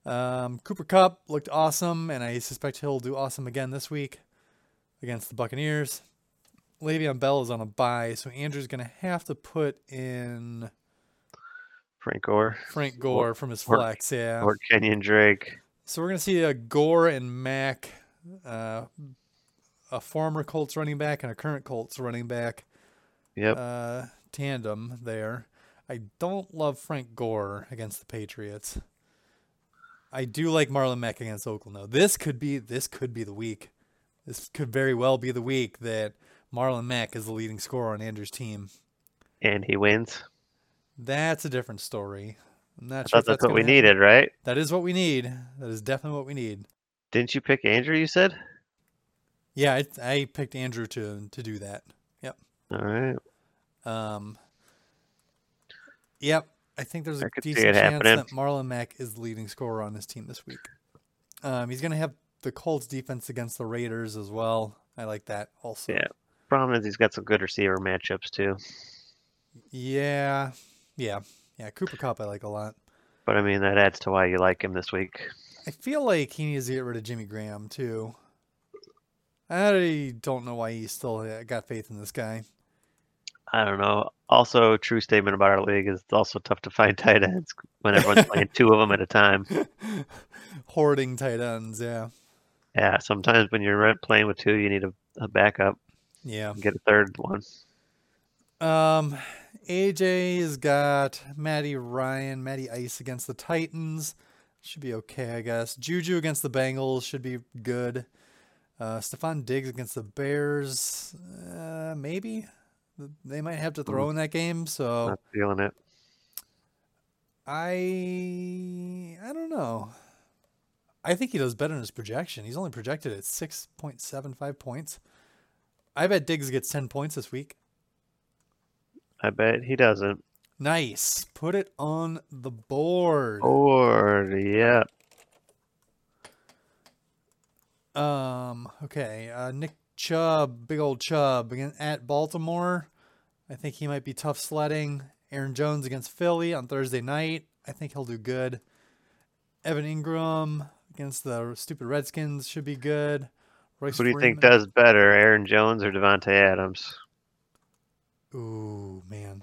Um, Cooper Cup looked awesome, and I suspect he'll do awesome again this week against the Buccaneers. Le'Veon Bell is on a bye, so Andrew's gonna have to put in.
Frank Gore
Frank Gore from his
or-
flex, yeah.
or Kenyon Drake.
So we're gonna see a Gore and Mack, uh, a former Colts running back and a current Colts running back
Yep.
uh, tandem there. I don't love Frank Gore against the Patriots. I do like Marlon Mack against Oakland though. This could be this could be the week. This could very well be the week that Marlon Mack is the leading scorer on Andrew's team.
and he wins.
That's a different story. I'm not
I
sure if
thought that's what
gonna
we
happen.
needed, right?
That is what we need. That is definitely what we need.
Didn't you pick Andrew? You said.
Yeah, I, I picked Andrew to to do that.
All right.
Um, yep, I think there's a
I could see
decent
it
chance
happening.
that Marlon Mack is the leading scorer on his team this week. Um, he's going to have the Colts defense against the Raiders as well. I like that also.
Yeah. Problem is he's got some good receiver matchups too.
Yeah. Yeah. Yeah. Cooper Cup, I like a lot.
But I mean that adds to why you like him this week.
I feel like he needs to get rid of Jimmy Graham too. I don't know why he still uh, got faith in this guy.
I don't know. Also, true statement about our league is it's also tough to find tight ends when everyone's playing two of them at a time.
Hoarding tight ends, yeah.
Yeah, sometimes when you're re- playing with two, you need a, a backup
Yeah.
and get a third one.
Um, AJ's got Matty Ryan, Matty Ice against the Titans. Should be okay, I guess. Juju against the Bengals should be good. Uh, Stephon Diggs against the Bears. Uh, maybe. They might have to throw in that game, so
Not feeling it.
I I don't know. I think he does better in his projection. He's only projected at 6.75 points. I bet Diggs gets 10 points this week.
I bet he doesn't.
Nice. Put it on the board.
Or yeah,
Um. Okay. Uh, Nick Chubb, big old Chubb, again at Baltimore. I think he might be tough sledding. Aaron Jones against Philly on Thursday night. I think he'll do good. Evan Ingram against the stupid Redskins should be good. Royce
who do you think
Freeman-
does better, Aaron Jones or Devonte Adams?
Ooh man.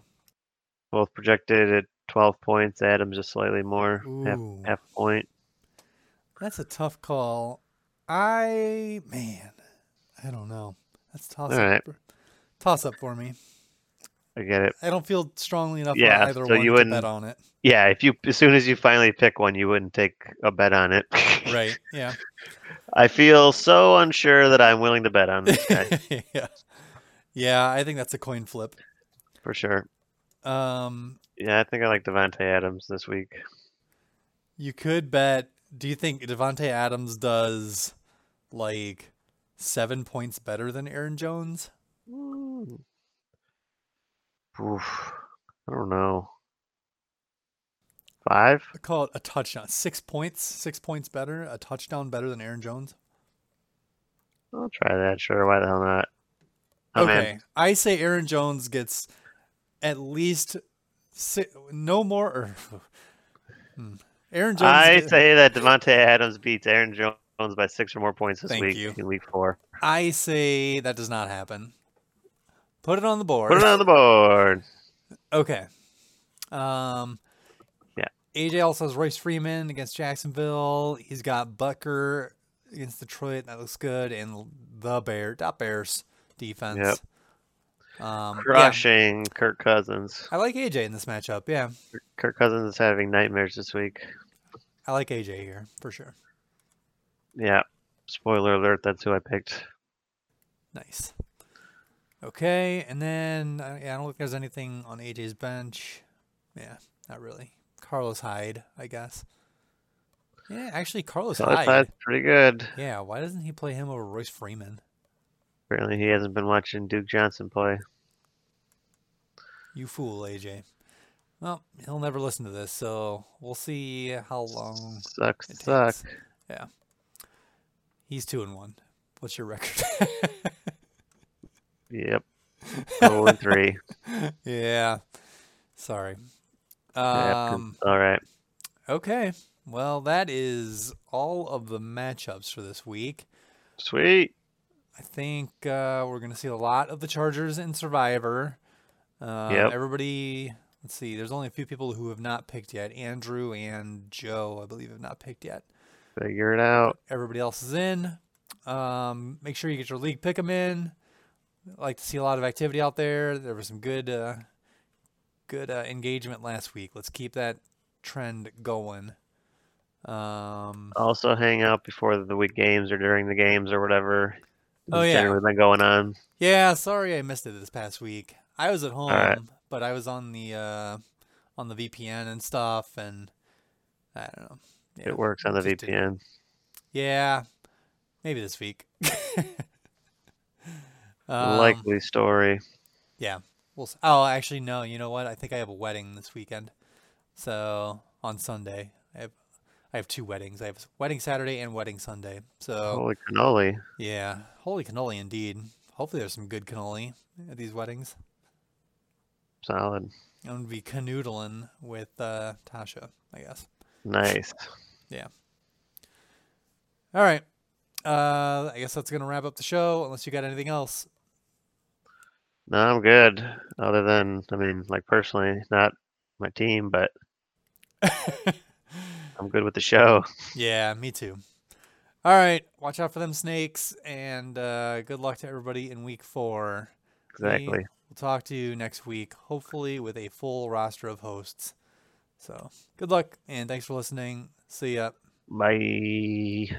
Both projected at 12 points. Adams just slightly more, half,
Ooh,
half point.
that's a tough call. I man, I don't know. That's toss
All
up.
right.
for- Toss up for me.
I get it.
I don't feel strongly enough
Yeah,
on either
so
one
you
to bet
wouldn't-
on it.
Yeah, if you as soon as you finally pick one, you wouldn't take a bet on it.
Right. Yeah.
I feel so unsure that I'm willing to bet on this guy
yeah. Yeah, I think that's a coin flip.
for sure.
Um
Yeah, I think I like Devonte Adams this week.
you could bet do you think Devonte Adams does like 7 points better than Aaron Jones?
Mm. Oof, I don't know. Five?
I call it a touchdown. 6 points, 6 points better, a touchdown better than Aaron Jones.
I'll try that. Sure. Why the hell not? Oh, I mean,
Okay. I say Aaron Jones gets at least si- no more or Hmm. Aaron Jones
I
get-
say that Devonte Adams beats Aaron Jones by six or more points this
Thank
week
you.
in week four.
I say that does not happen. Put it on the board.
Put it on the board.
Okay. Um
Yeah.
AJ also has Royce Freeman against Jacksonville. He's got Bucker against Detroit. That looks good. And the Bear, dot Bears defense. Um, yeah,
Crushing Kirk Cousins.
I like AJ in this matchup. Yeah.
Kirk Cousins is having nightmares this week.
I like AJ here for sure.
Yeah. Spoiler alert, that's who I picked.
Nice. Okay, and then I, yeah, I don't think there's anything on AJ's bench. Yeah, not really. Carlos Hyde, I guess. Yeah, actually, Carlos
Color
Hyde.
side's pretty good.
Yeah, why doesn't he play him over Royce Freeman?
Apparently, he hasn't been watching Duke Johnson play.
You fool, AJ. Well, he'll never listen to this, so we'll see how long
Sucks,
Oh,
to
it
suck.
takes. Yeah. He's two and one. What's your record?
Yep. 0 and 3.
yeah. Sorry.
Yep,
Um.
All right.
Okay. Well, that is all of the matchups for this week.
Sweet.
I think uh, we're going to see a lot of the Chargers in Survivor. Uh,
Yep.
Everybody Let's see. There's only a few people who have not picked yet. Andrew and Joe, I believe, have not picked yet.
Figure it out.
Everybody else is in. Um, make sure you get your league pick 'em in. Like to see a lot of activity out there. There was some good, uh, good uh, engagement last week. Let's keep that trend going. Um,
Also, hang out before the week games or during the games or whatever.
Oh,
Is
yeah.
Everything going on.
Yeah, sorry I missed it this past week. I was at home,
right.
but I was on the uh, on the VPN and stuff, and I don't know. Yeah,
It works on the
just didn't-
VPN.
Yeah, maybe this week. um,
Likely story.
yeah. We'll. s- Oh, actually, no. You know what? I think I have a wedding this weekend. So on Sunday, I have I have two weddings. I have s- wedding Saturday and wedding Sunday. So
Holy cannoli.
yeah, holy cannoli indeed. Hopefully, there's some good cannoli at these weddings.
Solid.
I'm gonna be canoodling with uh, Tasha, I guess.
Nice.
All right. Uh, I guess that's gonna wrap up the show, unless you got anything else.
No, I'm good. Other than, I mean, like personally, not my team, but I'm good with the show.
yeah, me too. All right. Watch out for them snakes, and uh, good luck to everybody in week four. We
Exactly.
We'll talk to you next week, hopefully with a full roster of hosts. So good luck, and thanks for listening. See ya.
Bye.